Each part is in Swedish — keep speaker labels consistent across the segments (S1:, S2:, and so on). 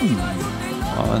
S1: Mm. Ja,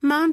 S2: Mom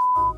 S3: a-"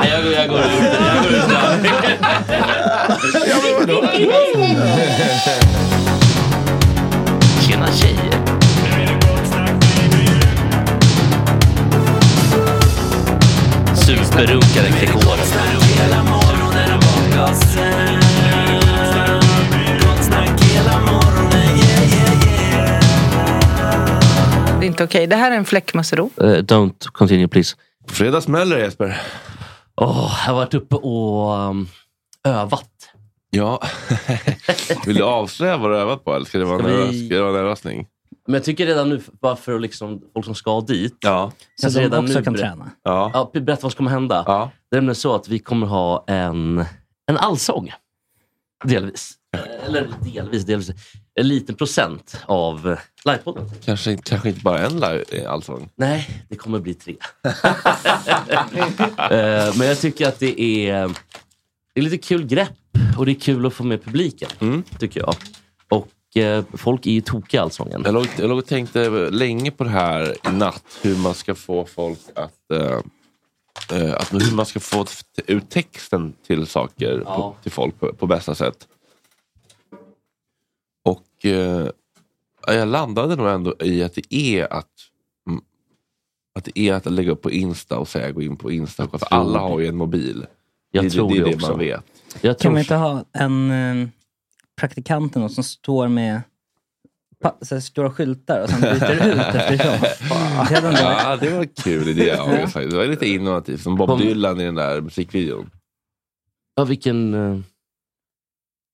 S4: Nej, jag, jag går ut. Jag går ut. Tjena tjejer. Superrunkare Gregor.
S5: Det är inte okej. Det här är en fläckmussero.
S4: Eh, don't continue please.
S1: På fredag smäller det Jesper.
S4: Åh, jag har varit uppe och um, övat.
S1: Ja. Vill du avslöja vad du har övat på? Eller ska det vara
S6: Ska
S1: en
S6: vi-
S1: överras- ska det vara en överraskning?
S6: Men jag tycker redan nu, bara för att liksom, folk som ska dit.
S1: Ja.
S7: Så
S6: Alltså,
S7: de
S6: redan
S7: också
S6: nu
S7: kan
S6: ber-
S7: träna.
S1: Ja.
S6: Ja, berätta vad som kommer hända.
S1: ja.
S6: Det är nämligen så att vi kommer ha en, en allsång. Delvis. Eller delvis, delvis. En liten procent av eh, livepodden.
S1: Kanske, kanske inte bara en live- eh, allsång.
S6: Nej, det kommer bli tre. Eh, Men jag tycker att det är, det är lite kul grepp och det är kul att få med publiken,
S1: Mm.
S6: tycker jag. Och eh, folk är ju tokiga i allsången.
S1: Jag låg, jag låg och tänkte länge på det här i natt. Hur man ska få folk att... Eh, eh, att hur man ska få t- ut texten till saker
S6: Ja.
S1: på, till folk på, på bästa sätt. Och eh, jag landade nog ändå i att det är att mm, att det är att lägga upp på Insta och säga gå in på Insta. För alla har ju en mobil.
S6: Jag
S1: det,
S6: tror
S1: det, det är det
S6: också.
S1: man vet.
S6: Jag
S7: Kan
S6: tror
S7: man inte ha en eh, praktikant eller något som står med pa- så här stora skyltar och sen byter ut eftersom? Det hade ändå varit-
S1: Ja, det var en kul idé. av er faktiskt. Det var lite innovativt. Som Bob
S6: Kom.
S1: Dylan i den där musikvideon.
S6: Ja, vilken... eh,
S1: Den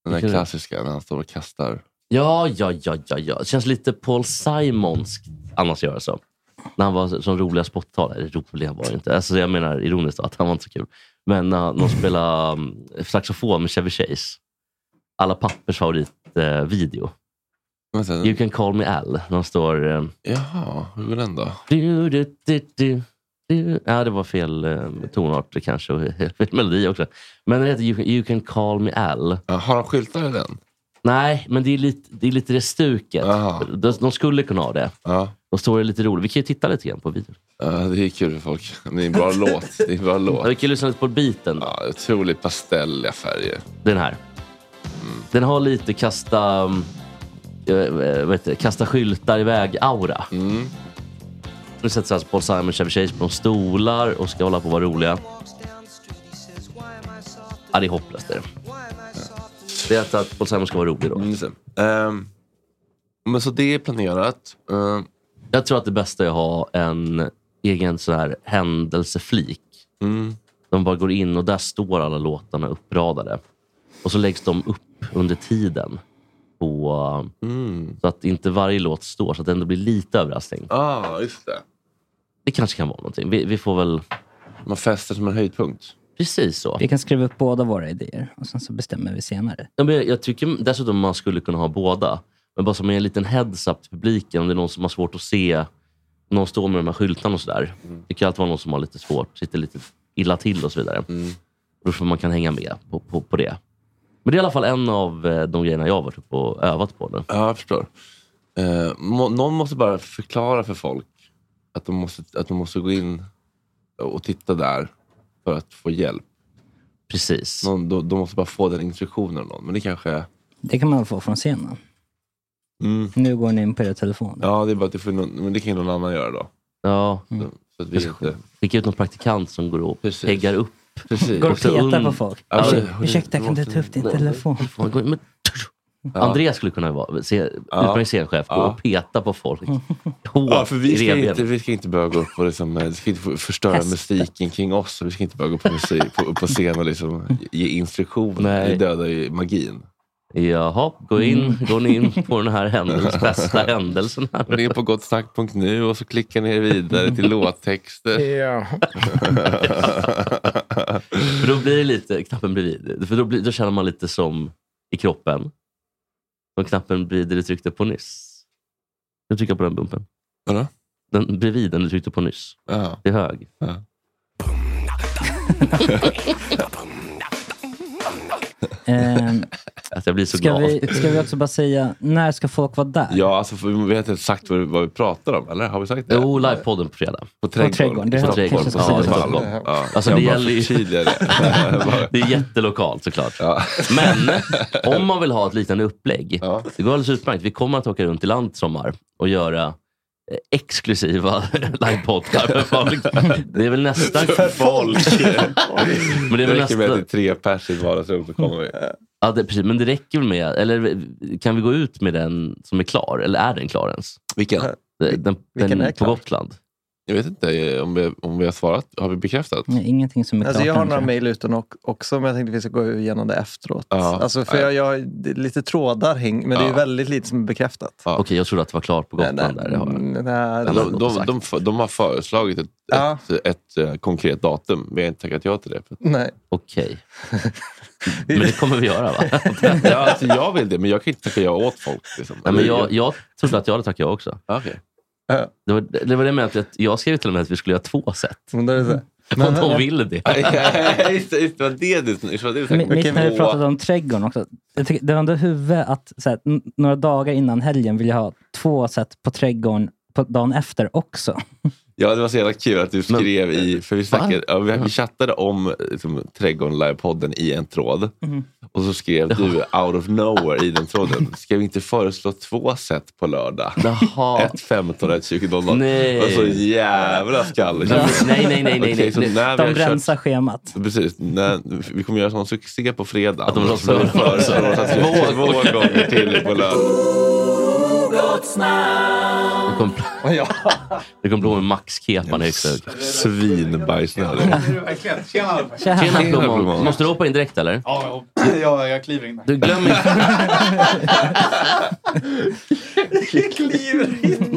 S1: där
S6: Vilken-
S1: klassiska när han står och kastar.
S6: Ja, ja, ja, ja, ja. Det känns lite Paul Simonsk annars göra så. När han var som roliga sporttalare. Eller Roliga var det inte. Alltså, jag menar ironiskt då, att han var inte så kul. Men när de spelade um, saxofon med Chevy Chase. Alla pappers favoritvideo.
S1: Men sen,
S6: You can call me Al. När de står... eh,
S1: Jaha, hur går den då?
S6: du, du, du, du, du. Ja, det var fel um, tonart kanske. Och fel melodi också. Men den heter you can, you can call me Al.
S1: Ja, Har han skyltar i den?
S6: Nej, men det är lite det, är lite det stuket.
S1: Aha.
S6: De, de skulle kunna ha det.
S1: Ja.
S6: Och storyn är lite rolig. Vi kan ju titta lite grann på videon.
S1: ja, det är kul för folk. Det är en bra låt. Det är en bra
S6: Ja, Vi
S1: låt.
S6: kan lyssna lite på biten. då.
S1: Ja, otroligt pastelliga färger.
S6: Den här. Den har lite kasta, mm, eh, vad heter det, kasta skyltar iväg-aura. Mm. Nu sätter sig alltså Paul Simon och Chevy Chase på de stolar och ska hålla på och vara roliga. Ja, det är hopplöst. Det är, det. det är att- att Paul Simon ska vara rolig då.
S1: Mm, just det. Ehm, men så det är planerat. Ehm,
S6: Jag tror att det bästa är att ha en egen sån här händelseflik.
S4: Mm.
S6: De bara går in och där står alla låtarna uppradade. Och så läggs de upp under tiden. På,
S1: Mm.
S6: Så att inte varje låt står, så att det ändå blir lite överraskning.
S1: ah, just det.
S6: Det kanske kan vara någonting. Vi, vi får väl...
S1: Man fäster som en höjdpunkt.
S6: Precis så.
S7: Vi kan skriva upp båda våra idéer och sen så bestämmer vi senare.
S6: Ja, men Jag, jag tycker dessutom man skulle kunna ha båda. Men bara som en liten heads-up till publiken. Om det är någon som har svårt att se. Någon står med de här skyltarna och sådär.
S1: Mm.
S6: Det kan alltid vara någon som har lite svårt, sitter lite illa till och så vidare.
S1: Mm.
S6: Då får man kan hänga med på, på, på det. Men det är i alla fall en av eh, de grejerna jag har varit uppe och övat på nu.
S1: Ja, jag förstår. Eh, må, någon måste bara förklara för folk att de, måste, att de måste gå in och titta där för att få hjälp.
S6: Precis.
S1: Någon, de, de måste bara få den instruktionen av någon. Men det kanske...
S7: Det kan man få från scenen. Nu går ni in på er telefon.
S1: Ja, det är bara att det, får någon, men det kan ju någon annan göra då. Mm.
S6: Ja.
S1: Så att vi inte,
S6: Skicka ut någon praktikant som går och
S1: Precis.
S6: peggar upp.
S1: precis.
S7: Går och
S6: också
S7: petar
S6: und-
S7: på folk.
S1: Ja,
S7: Ursäk-
S1: men-
S7: Ursäkta, kan du ta upp din telefon?
S6: Man går in med- Andreas skulle kunna vara se, utmärkt scenchef. Gå
S1: Ja.
S6: och peta på folk. Hårt
S1: Ja, för vi
S6: i
S1: ska,
S6: revbenen.
S1: inte, vi ska inte börja gå upp och liksom, eh, vi ska inte få- förstöra
S7: Hästen.
S1: mystiken kring oss. Vi ska inte börja gå upp på, musik, på, på scen och liksom ge instruktioner.
S6: Nej.
S1: Vi dödar ju magin. Mm.
S6: Jaha, gå in, går ni in på den här händelsen, bästa händelsen
S1: Gå
S6: här.
S1: ner på gottsnack.nu och så klickar ni er vidare till låttexter.
S8: Ja.
S6: För då blir det lite knappen bredvid. För då, blir, då känner man lite som i kroppen. Som knappen bredvid du tryckte på nyss. Du trycker på den bumpen.
S1: Vadå?
S6: Den bredvid den du tryckte på nyss.
S1: Ja.
S6: Det är hög.
S7: Ehm,
S6: Att jag blir så
S7: ska,
S6: glad.
S7: vi, ska vi också bara säga, när ska folk vara där?
S1: Ja, alltså, för vi vet inte exakt vad, vad vi pratar om, eller? Har vi sagt det?
S6: Jo, livepodden på fredag.
S1: På trädgården.
S7: trädgården, det
S1: I
S7: har-
S1: Stockholm.
S7: kanske ska
S1: I
S7: sägas.
S1: Stockholm.
S6: Ja.
S1: Ja.
S6: Alltså,
S1: jag
S6: det
S1: bara
S6: gäller ju-
S1: förtydligar det. Bara-
S6: Det är jättelokalt såklart.
S1: Ja.
S6: Men om man vill ha ett liknande upplägg.
S1: Ja.
S6: Det går alldeles utmärkt. Vi kommer att åka runt i landet i sommar och göra eh, exklusiva livepoddar för folk. Det är väl nästan
S1: För folk!
S6: Men det är
S1: Det
S6: väl
S1: räcker med att det är
S6: nästan,
S1: tre pers i ett vardagsrum så kommer vi.
S6: ja, det, precis, men det räcker väl med, eller kan vi gå ut med den som är klar? Eller är den klar ens? Eh,
S1: Vilken?
S6: Den, den,
S8: vilken är
S6: på
S8: klar?
S6: Gotland.
S1: Jag vet inte eh, om vi, om vi har svarat. Har vi bekräftat?
S7: Nej, ingenting som är
S9: Alltså
S7: klart
S9: jag har
S7: än,
S9: några
S7: tror jag.
S9: mejl utan och, också, men jag tänkte att vi ska gå igenom det efteråt.
S1: Ja.
S9: Alltså, för jag, jag, det är lite trådar häng, men det är
S1: Ja.
S9: ju väldigt lite som är bekräftat.
S1: Ja.
S6: Okej, jag trodde att det var klart på Gotland. där. Det har jag.
S9: nej, nej,
S1: De,
S9: det-
S1: de, de, de, f- de har föreslagit ett,
S9: Ja.
S1: ett, ett, eh, konkret datum. Vi har inte tackat ja till det. För att,
S9: nej.
S6: Okej. Men det kommer vi göra va?
S1: ja, alltså, jag vill det, men jag kan inte tacka ja åt folk. Liksom.
S6: Nej, men jag, jag trodde att jag hade tackat ja också.
S1: Ja, okej.
S6: Det var det, var det jag menade. att Jag skrev till och med att vi skulle göra två set.
S9: Men då är det så här.
S6: Om de vill det.
S1: Ja, just det, just det, det var det du just det du
S7: Mi-
S1: tänkte.
S7: Mitt när vi
S1: Åh.
S7: pratade om trädgården också. Jag tycker, det var ändå huvud att så här, n- några dagar innan helgen vill jag ha två set på trädgården på dagen efter också.
S1: Ja, det var så jävla kul att du skrev i... För vi, snackade, ja, vi, vi chattade om liksom, Trädgården Live-podden i en tråd.
S7: Mhm.
S5: Mm-hmm.
S1: Och så skrev du out of nowhere i den tråden. Ska vi inte föreslå två set på lördag?
S6: Jaha.
S1: Ett 15 och ett 20 dollar.
S6: Nej.
S1: Och så jävla skalle.
S6: Nej, nej, nej, nej, nej.
S1: Okej, så när vi
S7: De
S1: har kört-
S7: rensar schemat.
S1: Precis. Nej, vi kommer göra sån succé på fredag.
S6: Att de låtsas vara
S1: föreslår oss att vi gör två gånger till på lördag.
S6: Det kom, det kom blommor med Max-kepan i högsta hugg.
S1: Svinbajsnödig.
S7: Tjena.
S6: Tjena Blomman.
S1: Blomman.
S6: Måste du hoppa in direkt eller?
S10: Ja, jag, jag, jag kliver in.
S6: Du glömmer inte...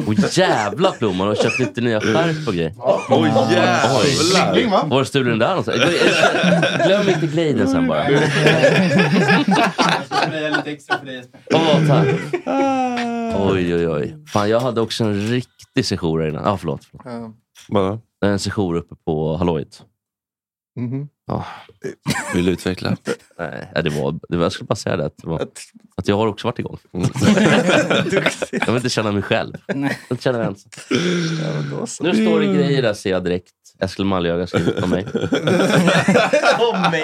S6: Åh jävla Blomman, har du köpt lite nya skärp och grejer?
S1: Åh jävlar!
S10: Sling, va?
S6: Var stod den där någonstans? Glöm inte gliden sen bara.
S10: Jag sprayar lite extra för dig Jesper.
S6: Åh, tack. Oj, oj, oj. Fan, jag hade också en riktig sejour här innan. Ah, förlåt, förlåt.
S1: Vadå?
S6: En sejour uppe på Hallojt.
S9: Mhm.
S6: Ja.
S1: Vill du utveckla?
S6: Nej, det var, det var, jag skulle bara säga det. Att, det var, att jag har också varit igång.
S1: Mm.
S6: jag vill inte känna mig själv. Jag vill inte känna mig ensam. Nu står det grejer där ser jag direkt. Eskil Malmhög har skrivit om mig.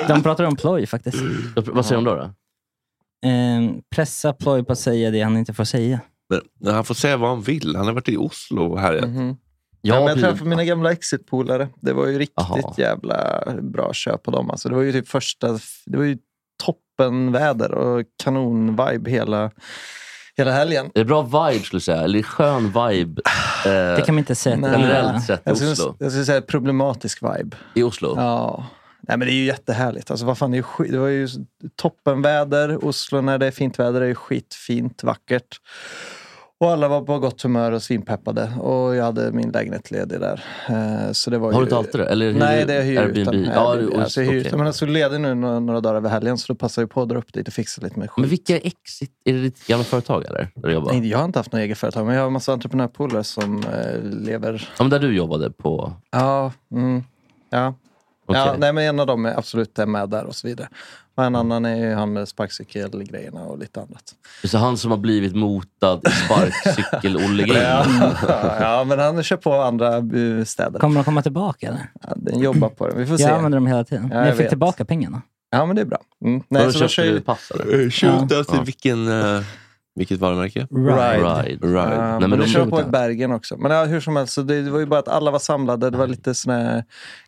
S7: De pratar om ploj faktiskt.
S6: Jag- Vad säger de då? då?
S7: Ehm, pressa ploj på att säga det han inte får säga.
S1: Men han får säga vad han vill. Han har varit i Oslo och härjat.
S9: Mhm.
S6: Jag,
S9: Ja, men jag
S6: blir-
S9: träffade mina gamla exitpolare. Det var ju riktigt
S6: Aha.
S9: jävla bra köp på dem. Alltså, det var ju typ första... Det var ju toppenväder och kanonvibe hela, hela helgen.
S6: Är det bra vibe skulle jag säga? Eller skön vibe
S7: Det
S6: eh,
S7: kan man inte säga. att det är.
S6: generellt sett i
S9: Jag skulle,
S6: Oslo?
S9: jag skulle säga problematisk vibe.
S6: I Oslo?
S9: Ja. Nej, men det är ju jättehärligt. Alltså, vad fan, det, är ju skit, det var ju toppenväder. Oslo när det är fint väder är ju skitfint, vackert. Och alla var på gott humör och svinpeppade. Och jag hade min lägenhet ledig där. Eh, Så det var
S6: Har
S9: ju...
S6: du inte alltid det? Eller hyr
S9: Nej,
S6: du
S9: det är jag hyr
S6: Airbnb?
S9: ut den.
S6: Ja,
S9: Airbnb.
S6: det-
S9: alltså, jag hyr ut
S6: okej.
S9: den. Men jag såg ledig nu några, några dagar över helgen så då passade jag på att dra upp dit och fixa lite med skit.
S6: Men vilka är exit? Är det ditt gamla företag eller? Där du jobbar?
S9: Nej, jag har inte haft något eget företag, men jag har en massa entreprenörpolare som eh, lever...
S6: Ja, men där du jobbade på...
S9: Ja, mm, ja. Ja,
S6: Okej.
S9: nej, men en av dem är absolut är med där och så vidare. Och en annan är ju han med sparkcykelgrejerna och lite annat.
S6: Så han som har blivit motad i sparkcykel olle ja.
S9: ja, men han kör på andra eh, städer.
S7: Kommer de komma tillbaka eller?
S9: Ja, den jobbar på det. Vi får se.
S7: Jag använder dem hela tiden. Men jag
S9: jag
S7: fick
S9: vet.
S7: tillbaka pengarna.
S9: Ja, men det är bra. Mm.
S6: Nej,
S9: Nej,
S6: då
S9: så då
S6: köpte
S9: kör ju...
S6: du pass eller?
S1: Shootout Eh, till vilken, eh, vilket varumärke?
S6: Ride.
S1: Ride.
S9: Ja,
S6: men
S9: men
S6: de
S9: det kör
S6: gjorde
S9: på i
S6: det.
S9: Bergen också. Men ja, hur som helst, så det, det var ju bara att alla var samlade. Det var lite sån här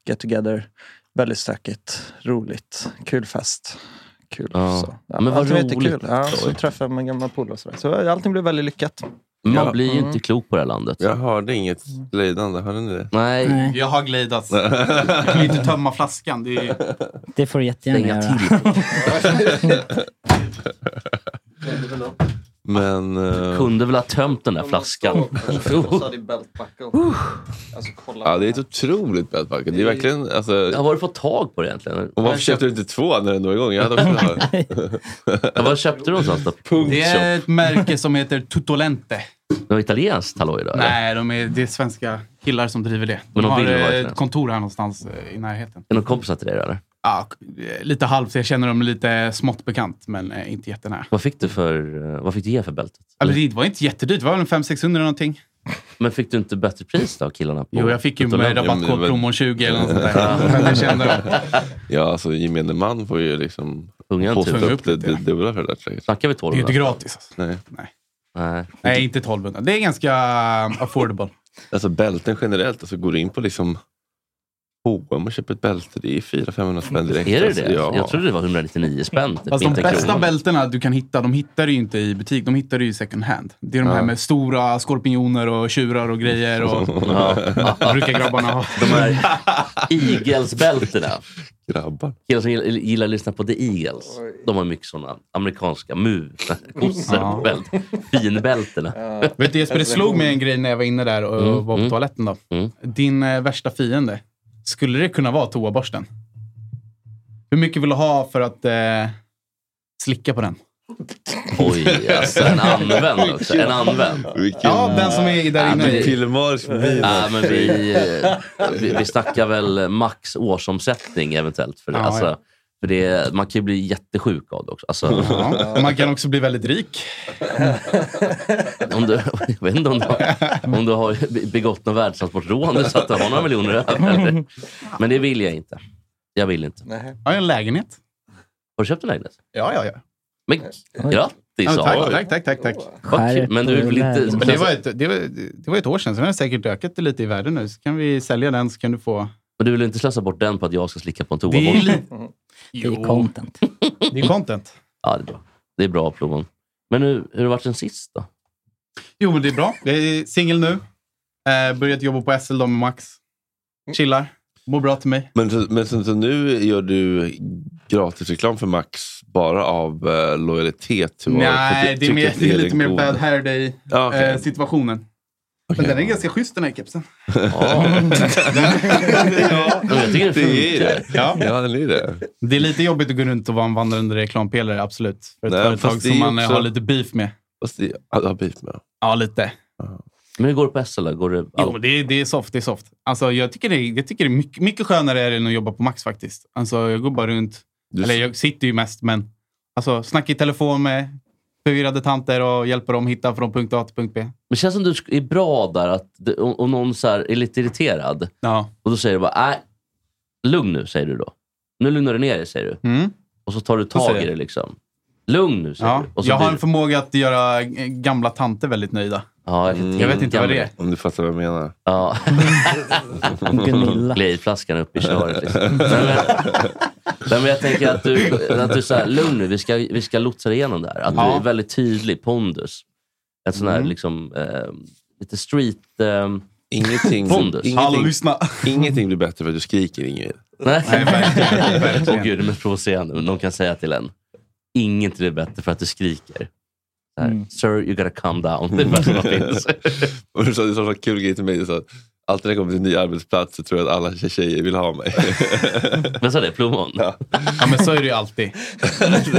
S9: get together. Väldigt stökigt, roligt, kul fest. Kul.
S6: Ja.
S9: Så.
S6: Men vad
S9: allting var jättekul.
S6: roligt.
S9: Ja, så träffade man gamla polare och sådär. Så allting blev väldigt lyckat. Mm.
S6: Man
S1: Ja. Mm.
S6: blir ju inte klok på det här landet.
S1: Jag hörde inget glidande. Hörde ni det?
S6: Nej,
S10: Jag har glidat. Jag kan ju inte tömma flaskan. Det är ju...
S7: Det får du jättegärna
S6: stänga
S7: göra.
S6: till.
S8: Mm.
S1: Men... eh,
S6: Kunde väl ha tömt den där flaskan.
S1: ja, det är ett otroligt bältbacke. Det är verkligen...
S6: Jag
S1: Alltså,
S6: har du fått tag på det egentligen?
S1: och varför köpte du inte två när den var igång? Jag hade också hört.
S6: Ja, Vad köpte du någonstans då?
S10: Det är ett märke som heter Tutolente.
S6: Det var italienskt halloj då? eller?
S10: Nej, de är, det är svenska killar som driver det.
S6: Men
S10: De
S6: de
S10: har
S6: vill
S10: eh,
S6: verkligen.
S10: ett kontor här någonstans eh, i närheten.
S6: Är det någon kompisar till dig då, eller?
S10: Ja, eh, lite halvt. Jag känner dem lite smått bekant, men eh, inte jättenära.
S6: Vad fick du för... eh, Vad fick du ge för bältet?
S10: Alltså, det var inte jättedyrt. Det var väl 500-600 någonting.
S6: Men fick du inte bättre pris då, killarna? På
S10: Jo, jag fick ju med
S6: Tutolente?
S1: Ja, men
S10: rabattkod
S1: det var-
S10: promon 20 eller något sånt där. Men jag kände dem.
S1: Ja, alltså gemene man får ju liksom...
S6: Tungan
S1: Posta
S6: typ.
S10: Tunga
S1: upp
S10: upp
S1: det
S10: lite, ja.
S1: det dubbla för det där säkert.
S6: Snackar vi
S10: Det är ju
S6: 1200?
S10: inte gratis. Alltså.
S1: Nej.
S10: Nej.
S6: Nej.
S10: Nej, inte 1200. Det är ganska um, affordable.
S1: Alltså bälten generellt, alltså går du in på liksom H&M och köper ett bälte. Det är 400-500 spänn direkt.
S6: Mm, Är det
S1: alltså.
S6: det?
S1: Ja.
S6: Jag trodde det var 199 spänn. typ,
S10: Alltså de
S6: inte
S10: bästa
S6: kronor.
S10: bältena du kan hitta, de hittar du ju inte i butik. De hittar du ju i second hand. Det är de här
S6: Ja.
S10: med stora skorpioner och tjurar och grejer. Och,
S6: Ja.
S10: brukar grabbarna ha.
S6: De här Eagles-bältena.
S1: Grabbar.
S6: Killar som gillar, gillar att lyssna på The Eagles. De har mycket sådana amerikanska mu kossebälten. Finbältena.
S10: Vet du Jesper, det slog mig en grej när jag var inne där och
S6: Mm,
S10: var på
S6: mm.
S10: toaletten. Då. Din eh, värsta fiende, skulle det kunna vara toaborsten? Hur mycket vill du ha för att eh, slicka på den?
S6: Oj, alltså en använd också. En använd.
S10: Ja, den som är där inne. i.
S1: Pillemarisk bil.
S6: Ja, men vi, eh, vi, vi snackar väl max årsomsättning eventuellt. För det.
S10: Ja,
S6: alltså,
S10: ja.
S6: för det, man kan ju bli jättesjuk av det också. Alltså,
S10: Ja, man kan också bli väldigt rik.
S6: om du, jag vet inte om du har, om du har begått något världstransportrån så att du har några miljoner över. Men det vill jag inte. Jag vill inte.
S10: Har jag en lägenhet?
S6: Har du köpt en lägenhet?
S10: Ja, ja, ja.
S6: Men grattis
S10: Ja, tack,
S6: Aron.
S10: tack, tack, tack, tack.
S6: Vad kul, men du vill inte...
S10: Men det, var ett, det, var, det var ett år sedan, så den har säkert ökat lite i värde nu. Så kan vi sälja den så kan du få...
S6: Men du vill inte slösa bort den på att jag ska slicka på en
S10: Det är,
S6: toaborste?
S10: li... Jo.
S7: content.
S10: det är content.
S6: Ja, det är bra. Det är bra Plomon. Men hur, hur har det varit sen sist då?
S10: Jo, men det är bra. Jag är singel nu. Eh, börjat jobba på SL då med Max. Chillar. Mår bra till mig.
S1: Men, så- men så, så nu gör du gratisreklam för Max bara av eh, lojalitet till våra- för
S10: Nej,
S1: att du
S10: det
S1: tycker
S10: är, mer,
S1: att
S10: det är lite
S1: den
S10: mer
S1: goda.
S10: Bad Hair Day-situationen. Men den är ganska schysst den här kepsen.
S6: jag tycker det
S1: är det.
S10: funkar. Ja.
S1: ja, den är det.
S10: Det är lite jobbigt att gå runt och vara en vandrande reklampelare, absolut. För ett
S1: Nej,
S10: företag
S1: fast det är
S10: som man
S1: också-
S10: har lite beef med.
S1: Fast det, ja, du har beef med.
S10: Ja, lite.
S6: Men hur går det på SL? då? Går det
S10: Jo, men det, är- det är soft. Det är soft. Alltså, jag tycker det, är- jag tycker det är mycket, mycket skönare är det än att jobba på Max faktiskt. Alltså, jag går bara runt. Eller jag sitter ju mest, men alltså, snackar i telefon med förvirrade tanter och hjälper dem hitta från punkt A till punkt B.
S6: Men det känns som du är bra där. Att det, om, om någon så här är lite irriterad
S10: Ja.
S6: och då säger du bara nej, lugn nu, säger du då. Nu lugnar du ner dig, säger du.
S10: Mm.
S6: Och så tar du
S10: Så
S6: tag
S10: säger
S6: i det.
S10: jag.
S6: liksom. Lugn nu, säger
S10: Ja.
S6: du. Och så
S10: jag har
S6: blir
S10: en
S6: du.
S10: förmåga att göra eh, gamla tanter väldigt nöjda.
S6: Ja, jag,
S10: Jag vet inte vad det är.
S1: Mm. Om du fattar vad jag menar.
S6: Ja.
S7: Gunilla.
S6: Glidflaskan upp i köret. Liksom. Nej, men, nej, men jag tänker att du, att du så här, lugn nu, vi ska, vi ska lotsa dig igenom det här. Att du
S10: Ja.
S6: är väldigt tydlig, pondus. Ett sån här
S10: Mm.
S6: liksom, eh, lite street... Eh,
S1: Ingenting,
S6: Pondus.
S10: Hallå, lyssna!
S1: ingenting blir bättre för att du skriker, Ingrid.
S6: Nej.
S10: Nej, verkligen,
S6: Åh
S10: verkligen.
S6: gud, men provocerande. Någon kan säga till en, inget är bättre för att du skriker. Så här,
S10: Mm.
S6: Sir, you gotta calm down. Det är värsta som finns.
S1: Och du sa du sa en sån kul grej till mig. Du sa att alltid när jag kommer till en ny arbetsplats så tror jag att alla tjejer vill ha mig.
S6: Men så är det, plommon.
S1: Ja.
S10: Ja, men så är det ju alltid.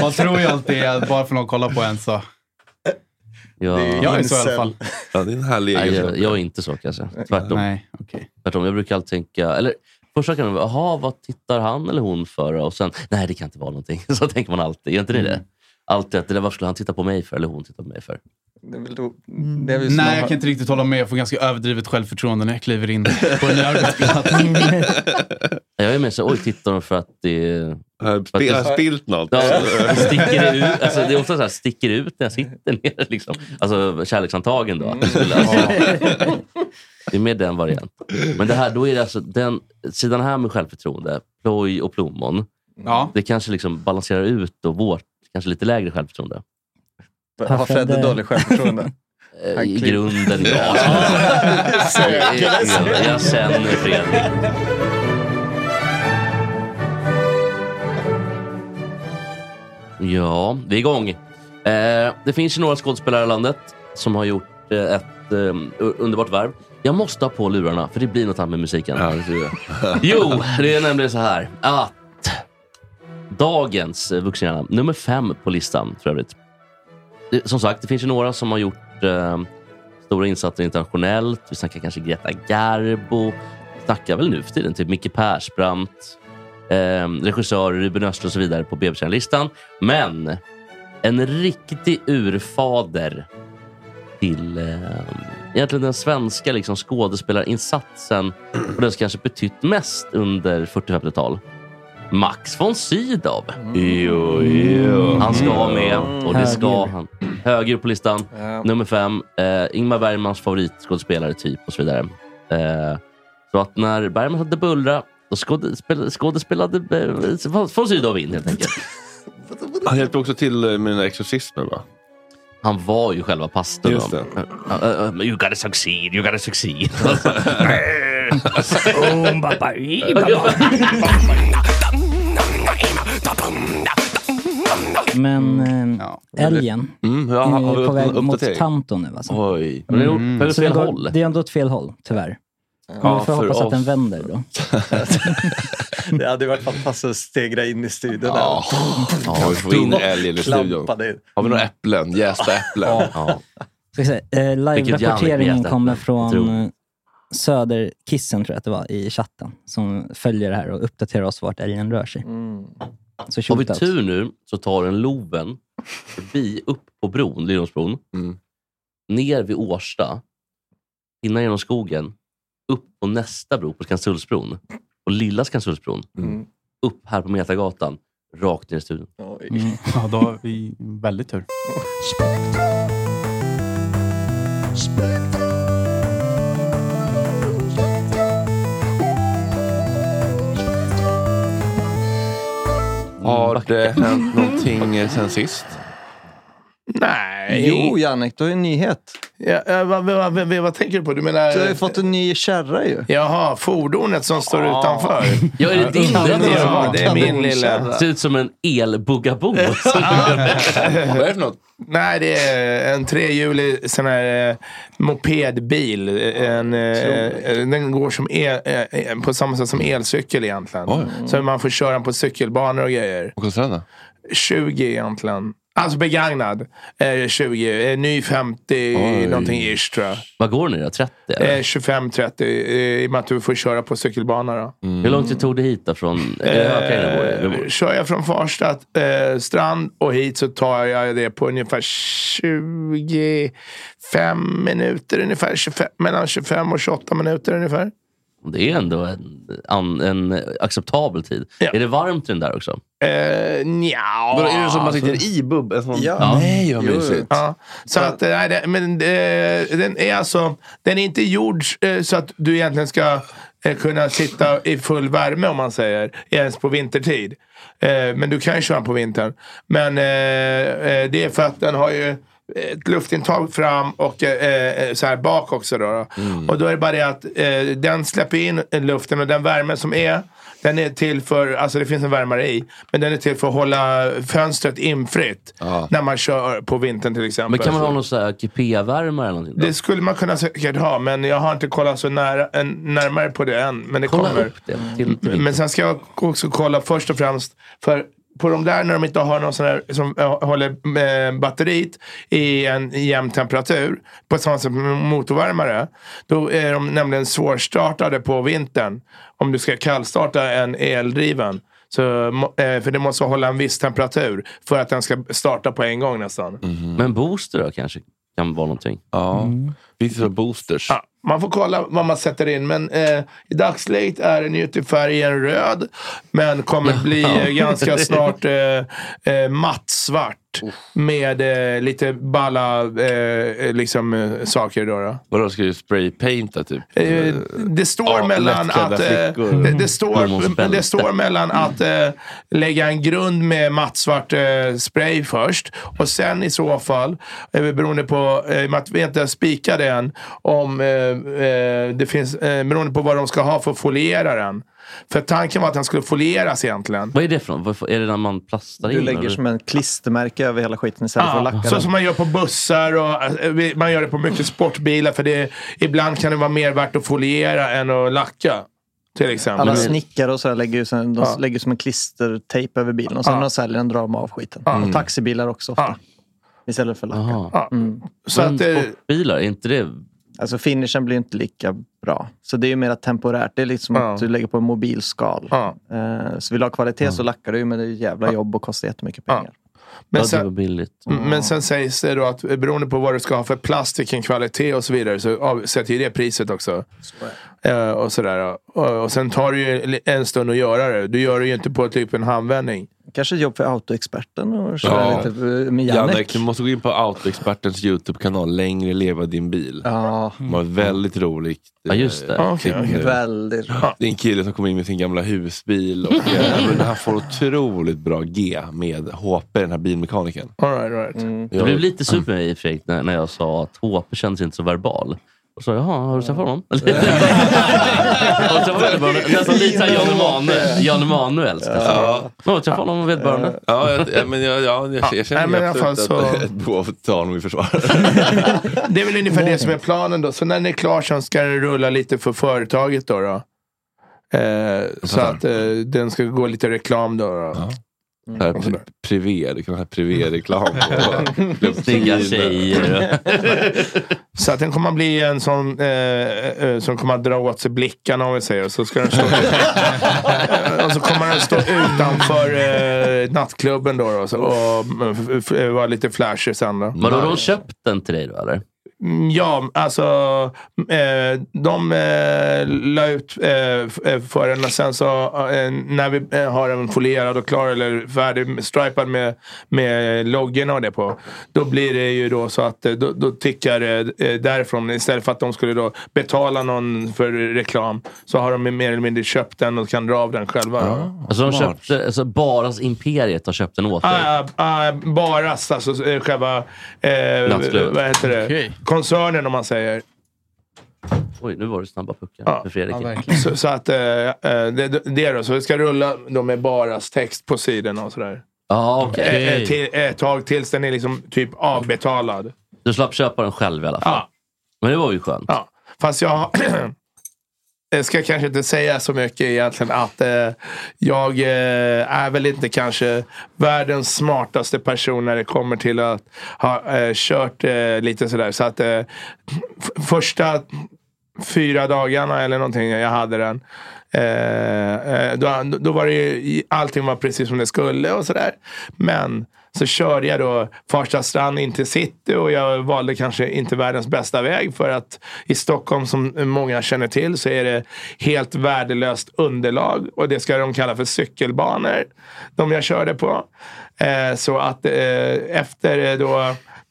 S10: Man tror ju alltid att bara för någon kollar på en så...
S6: Ja.
S10: Jag är så i alla fall.
S1: Ja, det är en härlig
S6: Nej, jag,
S1: egenskap.
S6: jag är inte så kanske. Tvärtom.
S10: Nej, okej.
S6: Tvärtom, jag brukar alltid tänka... Eller, första kan man vara, jaha, vad tittar han eller hon för? Och sen, nej det kan inte vara någonting. Så tänker man alltid. Gör inte ni
S10: Mm.
S6: det? Alltid att, det där, varför skulle han titta på mig för? Eller hon titta på mig för?
S9: Det är väl då, det är väl
S10: Nej, jag
S9: snarare-
S10: kan inte riktigt hålla med. Jag får ganska överdrivet självförtroende när jag kliver in på en ny arbetsplats.
S6: Jag är mer så oj, tittar de för att det...
S1: Har jag
S6: För att
S1: spe-
S6: det-
S1: har jag spilt något?
S6: Ja, det sticker det ut, alltså, det är ofta så här, sticker det ut när jag sitter ner. Liksom. Alltså kärleksantagen då. att det skulle- alltså, det är mer den varianten. Men det här, då är det alltså den sidan här med självförtroende, ploj och plommon.
S10: Ja.
S6: Det kanske liksom balanserar ut då vårt kanske lite lägre självförtroende.
S9: Har Fredde dålig självförtroende?
S6: Eh,
S9: Han
S6: I
S9: kliver-
S6: grunden, ja. Jag, jag känner Fredrik. Ja, vi är igång. Eh, det finns ju några skådespelare i landet som har gjort eh, ett eh, u- underbart värv. Jag måste ha på lurarna, för det blir något annat med musiken.
S1: Ja, det tror jag.
S6: Jo, det är nämligen så här att dagens eh, vuxengärna, nummer fem på listan för övrigt. Det- Som sagt, det finns ju några som har gjort eh, stora insatser internationellt. Vi snackar kanske Greta Garbo. Vi snackar väl nu för tiden typ Micke Persbrandt, eh, regissörer Ruben Östlund och så vidare på BBC-listan. Men en riktig urfader till eh, egentligen den svenska liksom, skådespelarinsatsen och den som kanske betytt mest under 40-50-tal. Max von Sydow.
S1: Jo, jo.
S6: Han ska vara med och det ska
S7: Höger.
S6: han. Höger på listan.
S9: Ja.
S6: Nummer fem. Eh, Ingmar Bergmans favoritskådespelare typ och så vidare. Eh, så att när Bergman satte bullra De skådespel, skådespelade eh, från- från syd av in helt enkelt.
S1: Han hjälpte också till eh, med den där exorcismen va?
S6: Han var ju själva pastorn.
S1: Just
S6: va? Eh, eh, eh, you gotta succeed, you gotta succeed. Alltså,
S7: Om pappa, i pappa. Men eh, älgen
S1: Mm, ja, har vi
S7: är på
S1: någon
S7: väg mot
S1: uppdatering?
S7: Tanto nu. Alltså.
S1: Oj.
S7: Mm.
S1: Mm.
S7: Så det, går, det är ändå åt fel håll, tyvärr.
S9: Ja,
S7: Ja, vi får
S9: för
S7: hoppas att den
S9: oss.
S7: vänder då.
S9: Det hade ju varit fantastiskt att stegra in i studion. där.
S1: Ja, ja, vi får in älgen i studion.
S9: Klampade in.
S1: Har vi några äpplen? Jästa äpplen.
S6: Ja.
S7: Ska vi se, eh,
S1: Vilket jävla
S7: Live-rapporteringen
S1: knästa,
S7: kommer
S1: jag
S7: från
S1: tror.
S7: eh, Söderkissen, tror jag att det var, i chatten. Som följer det här och uppdaterar oss vart älgen rör sig.
S9: Mm.
S7: Så
S6: Har vi
S7: shootout.
S6: tur nu så tar den Loven förbi upp på bron, Liljeholmsbron,
S8: Mm.
S6: ner vid Årsta, innan genom skogen, upp på nästa bro, på Skanstullsbron, och lilla Skanstullsbron, upp här på Metagatan, rakt ner i studion.
S10: Mm. Ja, då har vi väldigt tur.
S1: Har det hänt någonting eh, sen sist?
S8: Nej.
S9: Jo, Jannik, du har ju en nyhet.
S8: Ja, ja, vad, vad, vad, vad tänker du på? Du menar...
S9: Du har ju fått en ny kärra ju.
S8: Jaha, fordonet som står
S9: Ja.
S8: utanför.
S6: Ja, är det din?
S8: Ja, det är min lilla.
S6: Ser ut som en elbuggabo.
S8: Vad är det för något? Nej, det är en trehjulig sån här eh, mopedbil. En, eh, den går som el, eh, eh, på samma sätt som elcykel egentligen. Så man får köra den på cykelbanor och grejer.
S1: Vad kostar den då?
S8: 20 egentligen. Alltså begagnad. Eh, 20. Eh, ny 50 någonting ish tror jag.
S6: Vad går ni då? 30?
S8: Eh, 25-30 eh, i och med att du får köra på cykelbana. Då.
S6: Hur långt tog det hit då? Från, eller Ökring det bor i? Det bor-
S8: Eh, kör jag från Farsta eh, strand och hit så tar jag det på ungefär 25 minuter. Ungefär 25, mellan 25 och 28 minuter ungefär.
S6: det är ändå en, an, en acceptabel tid. Är det varmt i den där också?
S8: Eh, nja, alltså-
S1: Vadå, är det som man sitter i bubb? En sån... Nej, vad mysigt.
S8: Ja, så att, eh, nej, det- men, eh, den är alltså, den är inte gjord eh, så att du egentligen ska eh, kunna sitta i full värme om man säger. Ens på vintertid. Eh, men du kan ju köra på vintern. Men eh, eh, det är för att den har ju ett luftintag fram och eh, eh, så här bak också. Då, då.
S1: Mm.
S8: Och då är det bara det att eh, den släpper in luften och den värme som är den är till för, alltså det finns en värmare i, men den är till för att hålla fönstret infritt när man kör på vintern till exempel.
S6: Men kan man ha någon sån här kupévärmare eller någonting? då?
S8: Det skulle man kunna säkert ha, men jag har inte kollat så nära, en, närmare på det än. Men det
S6: Kolla
S8: kommer. Mm,
S6: upp det till, till
S8: Men sen ska jag också kolla först och främst. För på de där när de inte har någon sån här som eh, håller eh, batteriet i en jämn temperatur. På samma sätt med motorvärmare. Då är de nämligen svårstartade på vintern. Om du ska kallstarta en eldriven. Så, må- eh, för det måste hålla en viss temperatur för att den ska starta på en gång nästan.
S6: Men booster då kanske kan vara någonting?
S1: Mhm. Ja. Finns det boosters?
S8: Ja, man får kolla vad man sätter in. Men eh, i dagsläget är den ju till färgen röd. Men kommer bli eh, ganska snart eh, eh, mattsvart. Med eh, lite balla eh, liksom, eh, saker. Då, då.
S1: Vadå, ska du spraypainta typ?
S8: Eh, det står
S1: Ja,
S8: mellan
S1: lättklädda
S8: att, eh,
S1: flickor.
S8: det, det, står,
S6: Mm.
S1: Hormonsbälte.
S8: det står mellan att eh, lägga en grund med mattsvart eh, spray först och sen i så fall, eh, beroende på, eh, i och med att vi inte har spikat det än, om, eh, eh, det finns, eh, beroende på vad de ska ha för att foliera den. För tanken var att den skulle folieras egentligen.
S6: Vad är det för något? Varför- Är det när man plastar in?
S9: Du lägger
S6: eller?
S9: som en klistermärke över hela skiten istället för att lacka
S8: Ah, så
S9: den.
S8: som man gör på bussar och eh, vi- man gör det på mycket sportbilar. För det, ibland kan det vara mer värt att foliera än att lacka. Till exempel.
S9: Alla snickare och så där lägger ju sen, de
S8: Ja.
S9: lägger som en klistertejp över bilen och sen
S8: Ja.
S9: när de säljer den drar de av skiten.
S8: Ja.
S10: Mm.
S9: Och taxibilar också ofta. Istället för
S6: lacka.
S9: Mm.
S8: Så
S6: Men att, eh, sportbilar, är inte det...
S9: Alltså finishen blir inte lika bra. Så det är ju mer temporärt. Det är liksom
S8: Ja.
S9: att du lägger på en mobilskal.
S8: Ja.
S9: Eh, Så vill du ha kvalitet så lackar du ju, men det är ju jävla jobb och kostar jättemycket pengar.
S8: Men Ja, det sen- var
S6: billigt.
S8: Mm, Men sen sägs det då att eh, beroende på vad du ska ha för plast, vilken kvalitet och så vidare, så avsätter ju det priset också. Eh, och, sådär. Och, och sen tar det ju en stund att göra det. Du gör det ju inte på typ en handvändning.
S9: Kanske jobb för autoexperten och köra
S8: Ja.
S9: lite eh, med
S1: Janne,
S9: Jannik.
S1: du måste gå in på Autoexpertens YouTube-kanal, Längre leva din bil.
S9: Ja.
S1: De har ett väldigt roligt
S9: Ja, just det.
S1: eh,
S9: Okej,
S1: klipp
S9: okej.
S1: nu.
S9: Väldigt
S1: Det är en kille som kommer in med sin gamla husbil. Och, eh, men han får otroligt bra G med HP, den här bilmekanikern.
S8: All right, all right.
S9: Mm.
S6: Jag blev lite sur på mig i och för sig när, när jag sa att HP kändes inte så verbal. Och så sa jag, jaha, har du träffat honom? och så var det bara nästan lite såhär Jan Emanuel- Jan Emanuel. ska jag säga.
S1: Ja.
S6: Ja, jag träffade honom vederbörande.
S1: Ja, jag, ja, men jag, ja, jag, jag känner
S8: Nej, men i alla
S1: absolut
S8: fall
S1: att
S8: så-
S1: det är ett behov av att ta honom i försvar.
S8: Det är väl ungefär det som är planen då. Så när den är klar så ska det rulla lite för företaget då. då. Eh, så att eh, den ska gå lite reklam då. då.
S1: Det här är pri- privé, det kan vara privé-reklam. på-
S6: Snygga tjejer.
S8: Så att den kommer att bli en sån eh, eh, som kommer att dra åt sig blickarna om vi säger. Så ska den stå, och så kommer den stå utanför eh, nattklubben då. då så, och mm, f- f- vara lite flashig sen då.
S6: Vadå, de köpt den till dig då eller?
S8: Mm, Ja, alltså eh, de eh, la ut eh, f- eh, för den och sen så eh, när vi eh, har den folierad och klar eller färdig, stripad med, med loggorna och det på. Då blir det ju då så att eh, då, då tickar eh, eh, därifrån istället för att de skulle då betala någon för reklam så har de ju mer eller mindre köpt den och kan dra av den själva. Då.
S6: Alltså, de köpte, alltså Baras Imperiet har köpt den åt dig.
S8: Ah, ah, Baras, alltså eh, själva eh,
S6: Nattklubben.
S8: vad heter det?
S6: Okej.
S8: koncernen om man säger.
S6: Oj, nu var det snabba puckar
S8: Ja.
S6: för Fredrik.
S8: så, så att eh, eh, det, det då. Så vi ska rulla då med Baras text på sidorna och sådär.
S6: Ja, okej.
S8: Eh, eh, till, ett tag tills den är liksom typ avbetalad.
S6: Du slapp köpa den själv i alla fall. Men det var ju skönt.
S8: Ja. Fast jag jag ska kanske inte säga så mycket egentligen att eh, jag eh, är väl inte kanske världens smartaste person när det kommer till att ha eh, kört eh, lite sådär. Så att eh, f- första fyra dagarna eller någonting jag hade den. Eh, eh, då, då var det ju, allting var precis som det skulle och sådär. Men så körde jag då Farsta strand in till city och jag valde kanske inte världens bästa väg för att i Stockholm som många känner till så är det helt värdelöst underlag och det ska de kalla för cykelbanor. De jag körde på. Eh, så att eh, efter eh, då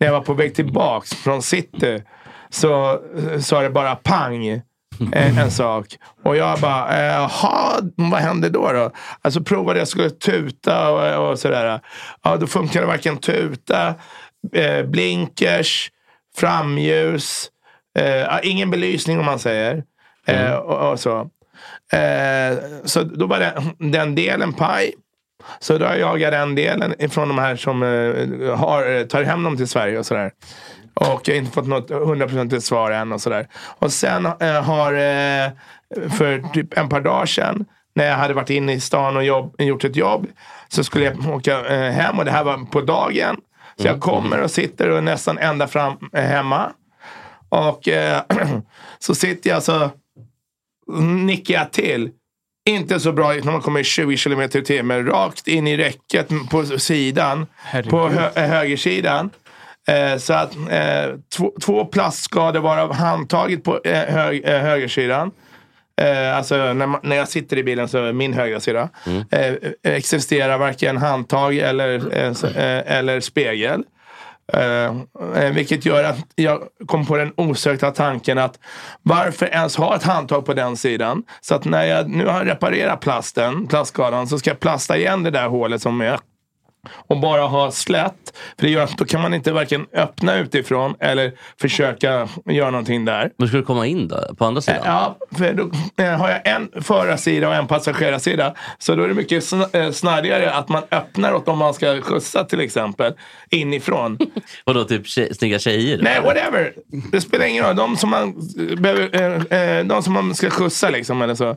S8: när jag var på väg tillbaks från city så eh, sa det bara pang. eh, En sak. Och jag bara, eh, jaha, vad hände då? då? Alltså provade jag skulle tuta och, och sådär. Ja, då funkade varken tuta, eh, blinkers, framljus. Eh, ja, ingen belysning om man säger. Eh, och, och så. Eh, så då var den, den delen paj. Så då jagar den delen ifrån de här som eh, har, eh, tar hem dem till Sverige och sådär. Och jag har inte fått något hundraprocentigt svar än och sådär. Och sen eh, har, eh, för typ en par dagar sedan, när jag hade varit inne i stan och jobb, gjort ett jobb, så skulle jag åka eh, hem och det här var på dagen. Så jag kommer och sitter och är nästan ända fram eh, hemma. Och eh, så sitter jag så nickar jag till. Inte så bra när man kommer i 20 kilometer i timmen. Rakt in i räcket på sidan. På hö eh, högersidan. Eh, så att eh, två, två plastskador varav handtaget på eh, hög, eh, högersidan. Eh, alltså när, man, när jag sitter i bilen så är min högra sida. Eh, eh, existerar varken handtag eller, eh, s- eh, eller spegel. Eh, eh, vilket gör att jag kom på den osökta tanken att varför ens ha ett handtag på den sidan? Så att när jag nu har reparerat plasten, plastskadan, så ska jag plasta igen det där hålet som är och bara ha slätt. För det gör att då kan man inte varken öppna utifrån eller försöka göra någonting där.
S6: Men ska du komma in då, på andra sidan?
S8: Ja, för då eh, har jag en förarsida och en passagerarasida. Så då är det mycket sn- eh, snarare att man öppnar åt om man ska skjutsa till exempel inifrån.
S6: Vadå, typ tje, snygga tjejer?
S8: Nej, whatever. Det spelar ingen roll. De som man, eh, behöver, eh, eh, de som man ska skjutsa liksom eller så.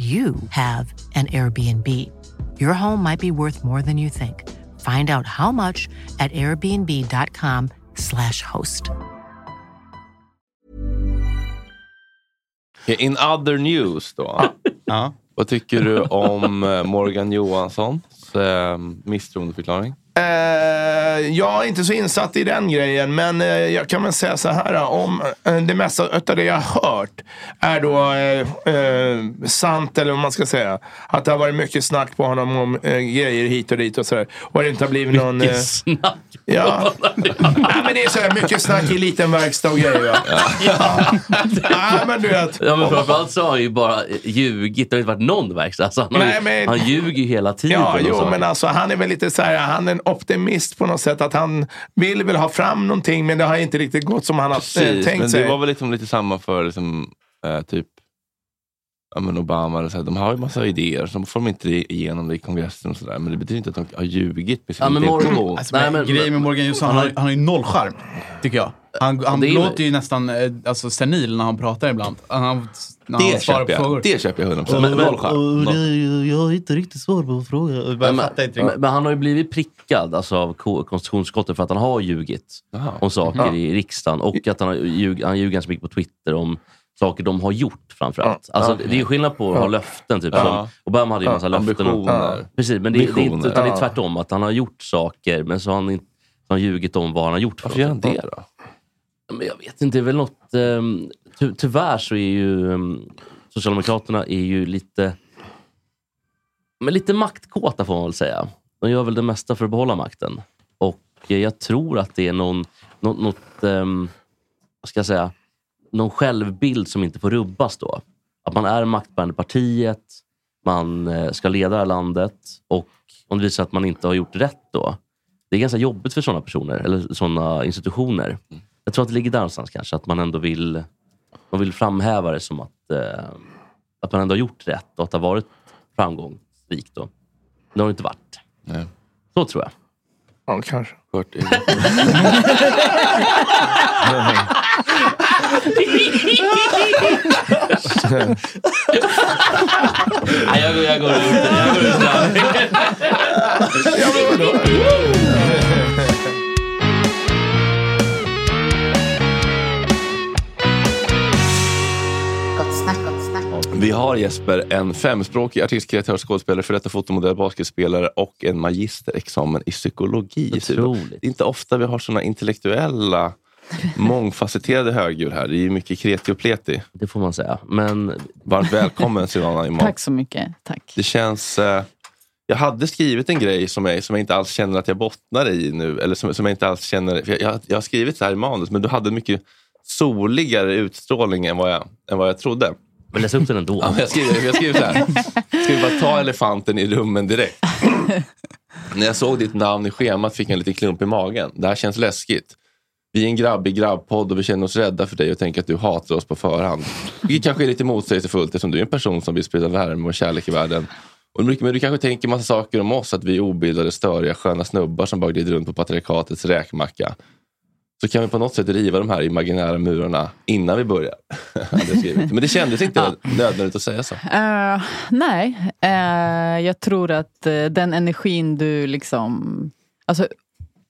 S11: you have an Airbnb. Your home might be worth more than you think. Find out how much at airbnb.com/slash host.
S1: In other news då. Vad tycker du om eh, Morgan Johanssons eh, misstroendeförklaring?
S8: Eh, jag är inte så insatt i den grejen, men eh, jag kan väl säga så här. eh, Om eh, det mesta av det jag har hört är då eh, eh, sant, eller vad man ska säga. Att det har varit mycket snack på honom om eh, grejer hit och dit och sådär. Och det inte har blivit någon... eh,
S6: snack!
S8: Ja. Nej, men det är så här, mycket snack i liten verkstad och grejer. va? Nej, men du vet.
S6: Ah. Ja, men framförallt så har han ju bara ljugit. Det har inte varit någon verkstad. Alltså, han, har ju-
S8: Nej, men-
S6: han ljuger ju hela
S1: Typ
S6: tiden.
S8: Ja,
S6: och så.
S8: jo, men alltså han är väl lite så här, han är en optimist på något sätt. Att han vill väl ha fram någonting, men det har inte riktigt gått som han har eh,
S1: Precis, men
S8: tänkt sig.
S1: det var väl liksom lite samma för liksom, eh, typ ja, men Obama. Eller så här, de har ju massa idéer, så får de inte igenom det i kongressen. Och så där, men det betyder inte att de har ljugit. med sin intention.
S10: alltså, men, grejen med Morgan Johansson, han, har- han har ju noll charm, tycker jag. Han, han
S1: det är ju-
S10: låter ju nästan eh, alltså, senil när han pratar ibland. Han, när han
S1: Det
S10: svarar
S1: köper
S10: på
S1: jag.
S10: frågor.
S1: Det köper jag 100%.
S10: Men- men-
S1: Noll charm.
S10: och-
S1: Noll.
S6: jag har inte riktigt svar på frågan.
S10: Jag
S6: men,
S10: fattar inte
S6: men,
S10: riktigt.
S6: men han har ju blivit prickad alltså, av K- konstitutionsutskottet för att han har ljugit om saker
S10: Ja.
S6: i riksdagen. Och att han, har ljug, han ljuger ganska mycket på Twitter om saker de har gjort framförallt.
S1: Ja.
S6: Alltså,
S1: Ja.
S6: Det är ju skillnad på att ha
S1: Ja.
S6: löften. Typ,
S1: Ja.
S6: som, Obama hade ju
S1: Ja.
S6: massa löften. och-
S1: Ambitioner.
S6: Precis, men det, det, är inte, utan det är
S1: Ja.
S6: tvärtom. Att han har gjort saker, men så har han, inte, han har ljugit om vad han har gjort. Varför
S1: gör han det då?
S6: Men jag vet inte, det är väl något... ehm, Ty tyvärr så är ju ehm, Socialdemokraterna är ju lite... Men lite maktkåta får man väl säga. De gör väl det mesta för att behålla makten. Och eh, jag tror att det är någon, något, något ehm, vad ska jag säga, någon självbild som inte får rubbas då. Att man är maktbärande partiet, man eh, ska leda det här landet och om det visar sig att man inte har gjort rätt då. Det är ganska jobbigt för sådana personer eller sådana institutioner. Jag tror att det ligger där någonstans kanske, att man ändå vill, man vill framhäva det som att, eh, att man ändå har gjort rätt och att det har varit framgångsrikt. Då. Det har det inte varit.
S1: Nej.
S6: Så tror jag.
S8: Ja, kanske.
S1: Kort i-
S6: Nej, jag går, jag går ut. Jag går ut
S12: Gott snack, gott snack.
S1: Vi har Jesper en femspråkig artist, kreatör, skådespelare, före detta fotomodell, basketspelare och en magisterexamen i psykologi.
S6: Otroligt.
S1: Det är inte ofta vi har såna intellektuella, mångfacetterade högdjur här. Det är ju mycket kreti och pleti.
S6: Det får man säga. Men...
S1: Varmt välkommen Silvana imorgon.
S5: Tack så mycket. Tack.
S1: Det känns... Eh, jag hade skrivit en grej som jag, som jag inte alls känner att jag bottnar i nu. Eller som, som jag inte alls känner... För jag, jag, jag har skrivit så här i manus, men du hade en mycket soligare utstrålning än vad jag, än vad jag trodde.
S6: Men läs upp den ändå.
S1: Ja, men jag, skriver, jag skriver så här. Ska vi bara ta elefanten i rummen direkt? När jag såg ditt namn i schemat fick jag en liten klump i magen. Det här känns läskigt. Vi är en grabbig grabbpodd och vi känner oss rädda för dig och tänker att du hatar oss på förhand. Vilket kanske är lite motsägelsefullt eftersom du är en person som vill sprida värme och kärlek i världen. Och mycket- Men du kanske tänker massa saker om oss, att vi är obildade, störiga, sköna snubbar som bara glider runt på patriarkatets räkmacka. Så kan vi på något sätt riva de här imaginära murarna innan vi börjar. hade jag skrivit. Men det kändes inte nödvändigt att säga så.
S5: Eh, nej, Eh, jag tror att eh, den energin du liksom... Alltså,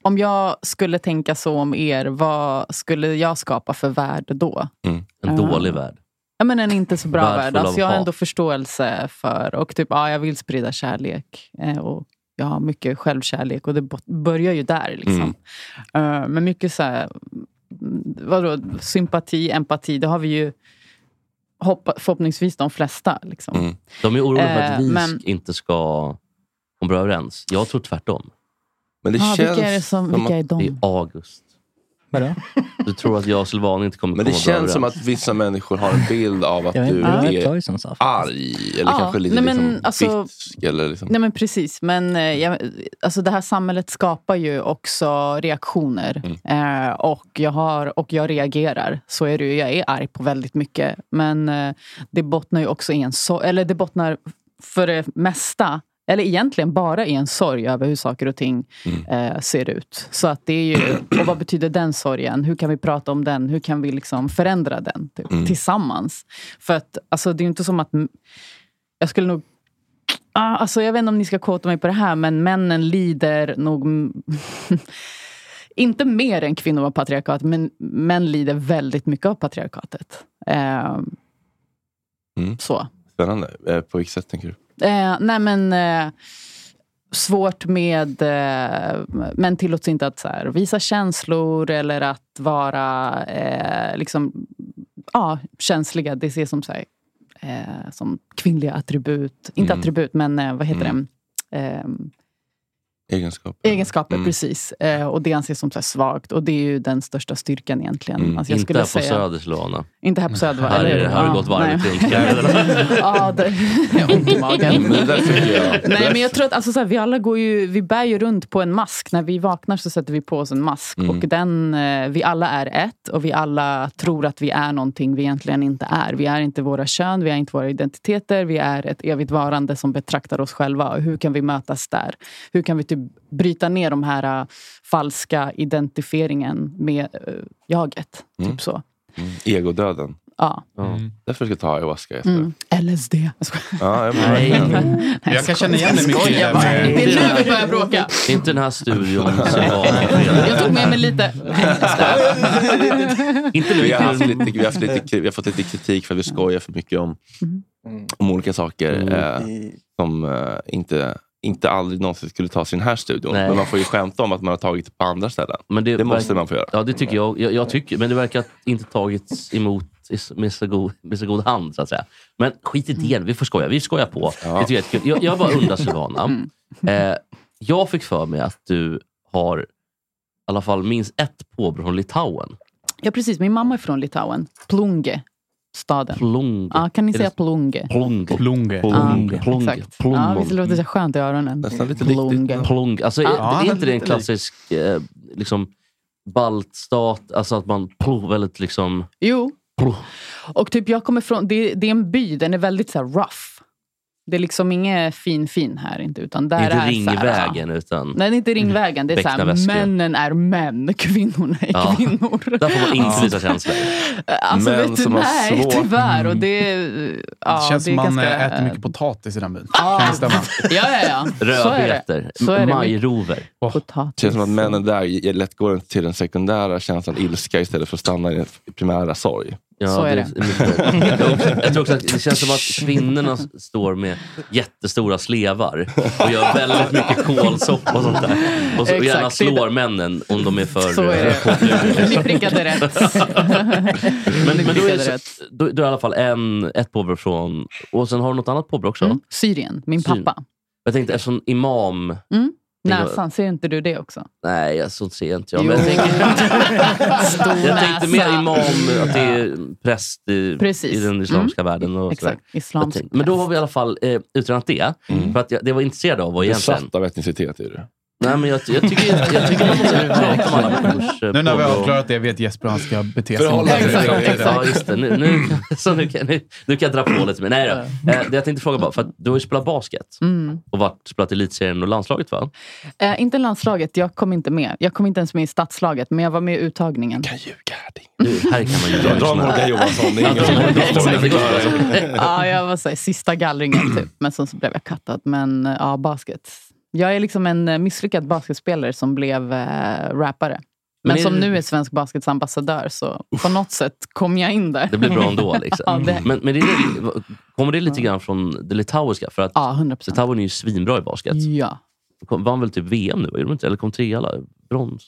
S5: om jag skulle tänka så om er, vad skulle jag skapa för värld då?
S6: En
S5: Ja.
S6: dålig värld.
S5: Ja, men en inte så bra
S6: Värld
S5: värld.
S6: full av
S5: Alltså, jag har
S6: hat.
S5: ändå förståelse för... Och typ, ja, jag vill sprida kärlek. eh, Och jag har mycket självkärlek och det bot- börjar ju där. Liksom.
S4: Mm.
S5: Eh, Men mycket så här, mm, vadå, sympati, empati, det har vi ju hoppa, förhoppningsvis de flesta. Liksom.
S6: Mm. De är oroliga för
S5: Eh,
S6: att vi
S5: men-
S6: inte ska komma bra överens. Jag tror tvärtom.
S1: Men
S5: det Ja, vilka känns är det som- som vilka att- är de?
S6: Det är August.
S9: Vadå?
S6: Du tror att jag och Silvan inte kommer
S1: Men det
S6: komma bra
S1: känns som
S6: överens.
S1: att vissa människor har en bild av att
S6: Jag
S1: du
S6: vet inte.
S1: är
S6: Toysons sa
S1: arg eller
S5: Ja,
S1: kanske lite
S5: nej, men
S1: liksom
S5: alltså-
S1: bitsk. Eller liksom.
S5: Nej men precis, men eh, jag, alltså det här samhället skapar ju också reaktioner. Eh, och, jag har, och jag reagerar. Så är det ju, jag är arg på väldigt mycket. Men eh, det bottnar ju också i en sorg, eller det bottnar för det mesta, eller egentligen bara i en sorg över hur saker och ting eh, ser ut. Så att det är ju, och vad betyder den sorgen? Hur kan vi prata om den? Hur kan vi liksom förändra den typ,
S4: Mm.
S5: tillsammans? För att alltså, det är ju inte som att jag skulle nog... Ah, alltså jag vet inte om ni ska kåta mig på det här, men männen lider nog... m- inte mer än kvinnor av patriarkat, men män lider väldigt mycket av patriarkatet. Eh,
S1: Mm.
S5: Så.
S1: Spännande. Eh, På vilket sätt tänker du?
S5: Eh, nej men eh, svårt med... Eh, män tillåts inte att så här, visa känslor eller att vara eh, liksom, ja, känsliga. Det ses som, så här, eh, som kvinnliga attribut. Inte
S1: Mm.
S5: attribut, men eh, vad heter
S1: Mm.
S5: det? Eh,
S1: Egenskap?
S5: Egenskaper,
S1: Mm.
S5: precis. Eh, och det anses som så här svagt. Och det är ju den största styrkan egentligen.
S1: Mm.
S5: Alltså, jag
S6: Mm. inte
S5: skulle
S6: här på
S5: säga,
S6: Söder, Silvana.
S5: Inte här på Söder, va?
S6: Här är
S5: Eller-
S6: det- här har det
S5: ja,
S6: gått varvet
S5: nej.
S6: kring Söder.
S5: Ja, det jag har ont i magen.
S6: Men det där tycker jag.
S5: Nej, men jag tror att alltså, så här, vi alla går ju, vi bär ju runt på en mask. När vi vaknar så sätter vi på oss en mask.
S4: Mm.
S5: Och den, eh, vi alla är ett och vi alla tror att vi är någonting vi egentligen inte är. Vi är inte våra kön, vi är inte våra identiteter. Vi är ett evigt varande som betraktar oss själva. Och hur kan vi mötas där? Hur kan vi typ bryta ner de här eh, falska identifieringen med eh, jaget?
S1: Mm.
S5: Typ så.
S1: Mm. Egodöden.
S5: Ja.
S6: Mm.
S1: Därför ska jag ta ayahuasca. Jesper.
S5: Mm. LSD. Jag skojar.
S1: Ja, jag menar
S6: Nej.
S5: Nej,
S6: Jag kan känna igen
S5: skojar.
S6: mig mycket i det här med-
S5: Det är nu vi börjar bråka.
S6: Det är inte den här studion Silvana.
S5: Jag tog med mig lite.
S6: Inte nu.
S1: vi, har haft lite, vi, har haft lite, kri- vi har fått lite kritik för att vi skojar för mycket om,
S5: Mm.
S1: om olika saker
S6: Mm.
S1: eh, som eh, inte, inte aldrig någonsin skulle tas i den här studion.
S6: Nej.
S1: Men man får ju skämta om att man har tagit det på andra ställen.
S6: Men
S1: det måste
S6: verkar-
S1: man få göra.
S6: Ja, det tycker jag. jag, jag tycker, men det verkar inte tagits emot i s- med så, god, med så god hand, så att säga. Men skit i
S5: Mm.
S6: det. Vi får skoja. Vi skojar på. Det tycker jag, är kul. jag, jag bara undrar,
S5: Mm.
S6: Silvana. Eh, jag fick för mig att du har i alla fall minst ett påbrå från Litauen.
S5: Ja, precis. Min mamma är från Litauen. Plunge, staden.
S6: Plunge.
S5: Ja, kan ni
S6: Är
S5: säga
S6: det-
S5: plunge?
S6: Plunge. Plunge.
S5: Ja,
S6: Plunge.
S5: exakt. Ja, visst låter det skönt i öronen? Plunge.
S6: Plong. Alltså,
S5: Ja,
S6: är, är inte det en
S5: lite
S6: klassisk eh, liksom, baltstat? Alltså att man plong, väldigt liksom...
S5: Jo. Och typ jag kommer från, det, det är en by, den är väldigt så här rough. Det är liksom inget fin-fin här inte. Utan där
S6: inte
S5: är så här, ja.
S6: ringvägen Mm. utan...
S5: alltså. Nej, det är inte ringvägen. Det är så
S6: Beckna
S5: här,
S6: väskor.
S5: männen är män, kvinnorna är
S6: Ja.
S5: kvinnor.
S6: Där får man inte
S5: Ja.
S6: visa känslor.
S5: Alltså,
S6: Män
S5: vet du,
S6: som har
S5: nej,
S6: svårt. Mm.
S5: tyvärr. Och det, ja,
S10: det känns
S5: det är
S10: som man
S5: ganska,
S10: eh, äter mycket potatis i den byn. Kan det stämma?
S5: Ja, ja, ja. Så är det.
S6: Rödbetor.
S5: Så är det. Oh.
S6: Majrover.
S1: Det känns som att männen där ger- lätt går till den sekundära känslan ilska istället för att stanna i den primära sorg.
S6: Ja, det. är mycket- Jag tror också- jag tror också att det känns som att kvinnorna s- står med jättestora slevar och gör väldigt mycket kålsoppa och sånt där. Och, så, och gärna
S5: Exakt, det är-
S6: slår männen om de är för...
S5: Så är det. Ni prickade rätt.
S6: Men, men då, är
S5: prickade
S6: det, så- då, då är det i alla fall en, ett påbrå från... Och sen har du något annat påbrå också?
S5: Mm. Syrien, min pappa.
S6: Jag tänkte eftersom imam...
S5: Mm.
S6: Tänker-
S5: Näsan, ser inte du det också?
S6: Nej, jag, så ser inte jag.
S5: Jo.
S6: Men jag tänker,
S5: Stor
S6: jag tänkte mer
S5: näsa.
S6: imam, att det är präst i,
S5: Precis. Mm.
S6: i den islamiska världen. Och
S5: Exakt.
S6: sådär.
S5: Islamsk
S6: Jag tänkte-
S10: Mm.
S6: Men då har vi i alla fall eh, utrönat det. För att jag, det jag var intresserad av var egentligen...
S1: Besatt av etnicitet är du.
S6: Nej, men jag, jag tycker, jag, jag tycker man måste prata om alla kors. eh,
S10: Nu när vi
S6: podd
S10: har
S6: och-
S10: avklarat det vet Jesper hur han ska bete sig.
S6: Ja, just det. Nu, nu, så nu, kan, nu, nu kan jag dra på lite mer. Nej då. Eh, Det jag tänkte fråga bara, för att du har ju spelat basket
S5: Mm.
S6: och varit, spelat i elitserien och landslaget va?
S5: Eh, inte landslaget, jag kom inte med. Jag kom inte ens med i statslaget, men jag var med i uttagningen. Kan
S6: Du, här kan man ju
S1: Dra- dra
S6: såna-
S1: Morgan Johansson, det är
S6: Ja,
S1: ingen-
S6: dra Morgan
S1: det är ingen
S6: Johansson.
S1: förklaring.
S5: ja, jag var så här, sista gallringen typ. Men sen så blev jag kattad. Men eh, ja, basket. Jag är liksom en eh, misslyckad basketspelare som blev eh, rappare. Men,
S6: Men är
S5: som
S6: det-
S5: nu är svensk baskets ambassadör, så på något sätt kom jag in där.
S6: Det blir bra ändå.
S5: ja,
S6: Liksom.
S5: det,
S6: Men, men det är, kommer det lite grann från det litauiska? För att Litauen är ju svinbra i basket.
S5: Ja.
S6: Kom, vann väl typ VM nu? Gjorde de inte? Eller kom trea? eller? Brons?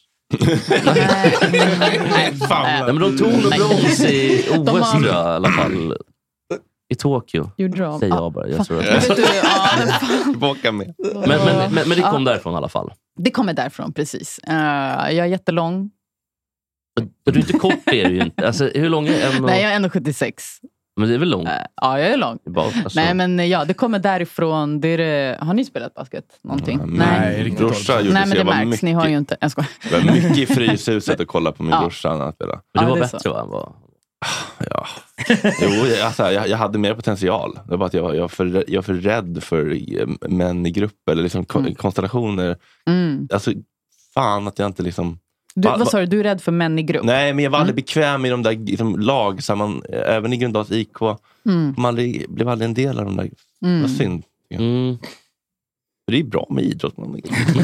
S6: Nej, men de tog nog
S5: Nej.
S6: brons i
S5: De har-
S6: OS tror jag, i alla fall. I Tokyo.
S5: Gjorde de?
S6: Säger
S5: Ja, ah,
S6: jag bara. Jag
S5: fan.
S6: tror
S5: Men vet
S6: att...
S5: du, ja, men
S1: Tillbaka med.
S6: men, men, men, men det kom
S5: Ja.
S6: därifrån i alla fall.
S5: det kommer därifrån, precis. Eh, jag är jättelång.
S6: Och Du är inte kort är du ju inte. Alltså, hur lång är en och...
S5: Nej, jag är 1,76.
S6: Men det är väl lång?
S5: Ja, jag är lång.
S6: Bara, alltså.
S5: Nej, men eh, ja, det kommer därifrån. Det är det, har ni spelat basket? Någonting?
S1: nej, riktigt
S5: Nej,
S1: Brorsan gjorde
S5: men
S1: så
S5: det
S1: jag var
S5: märks.
S1: mycket,
S5: Ni har ju inte... Jag skojar.
S1: jag var mycket i Fryshuset och kollade på min
S5: Ja.
S1: brorsa när han spelade.
S5: Men du Ja, var det är så. bättre,
S6: va? Var...
S1: Ja. Jo, jag, alltså, jag, jag hade mer potential. Det var bara att jag, jag, var för, jag var för rädd för eh, män i grupp eller liksom ko- konstellationer.
S5: Mm.
S1: Alltså, fan att jag inte liksom...
S5: Du,
S1: Va-
S5: vad
S1: va-
S5: sa du? Du är rädd för män i grupp?
S1: Nej, men jag var aldrig
S5: Mm.
S1: bekväm i de där liksom, lag, samman, även i Gröndals IK.
S5: Mm.
S1: Man aldrig, blev aldrig en del av de där.
S5: Mm.
S1: Vad synd.
S6: Mm.
S1: Det är bra med idrott. Man man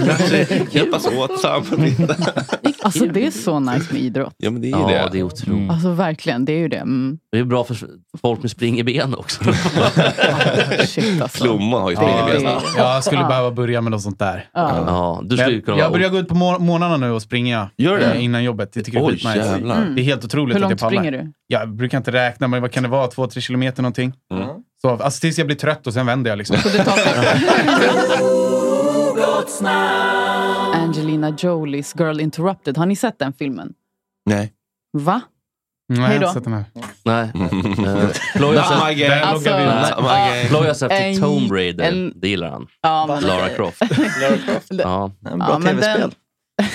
S1: kanske hjälpas åt, samarbeta.
S5: Alltså, det är så nice med idrott.
S1: Ja, men det är
S6: ja,
S1: det. Mm.
S6: det är otroligt.
S5: Alltså, verkligen. Det är ju det. Mm.
S6: Det är bra för folk med spring i ben också.
S5: Shit, alltså.
S1: Flomman har ju spring i benen.
S10: Jag skulle behöva börja med något sånt där.
S5: Ja.
S6: Ja, du
S10: Men
S6: skulle ju kunna...
S10: jag, jag börjar gå ut på mor- morgnarna nu och springa
S6: Gör det?
S10: eh, innan jobbet. Det tycker jag är
S6: Oj,
S10: skitnice.
S6: jävlar. Mm.
S10: Det är helt otroligt
S5: Hur långt
S10: att jag pallar.
S5: springer du?
S10: Jag brukar inte räkna, men vad kan det vara? Två, tre kilometer någonting.
S6: Mm.
S10: Så, alltså, tills jag blir trött och sen vänder jag. Liksom.
S5: Angelina Jolies Girl Interrupted. Har ni sett den filmen?
S1: Nej.
S5: Va?
S10: Nej,
S5: Hej då.
S10: jag sätter mig.
S6: Nej.
S1: Mm.
S6: Eh,
S1: Not my game. Där
S5: Alltså, loggar vi ut.
S6: Not my
S5: ja.
S6: game. Ploy har sett till
S5: En-
S6: Tomb Raider.
S5: en-
S6: Det gillar han.
S5: Ja, men-
S6: Lara Croft. ja.
S5: Ja, men den-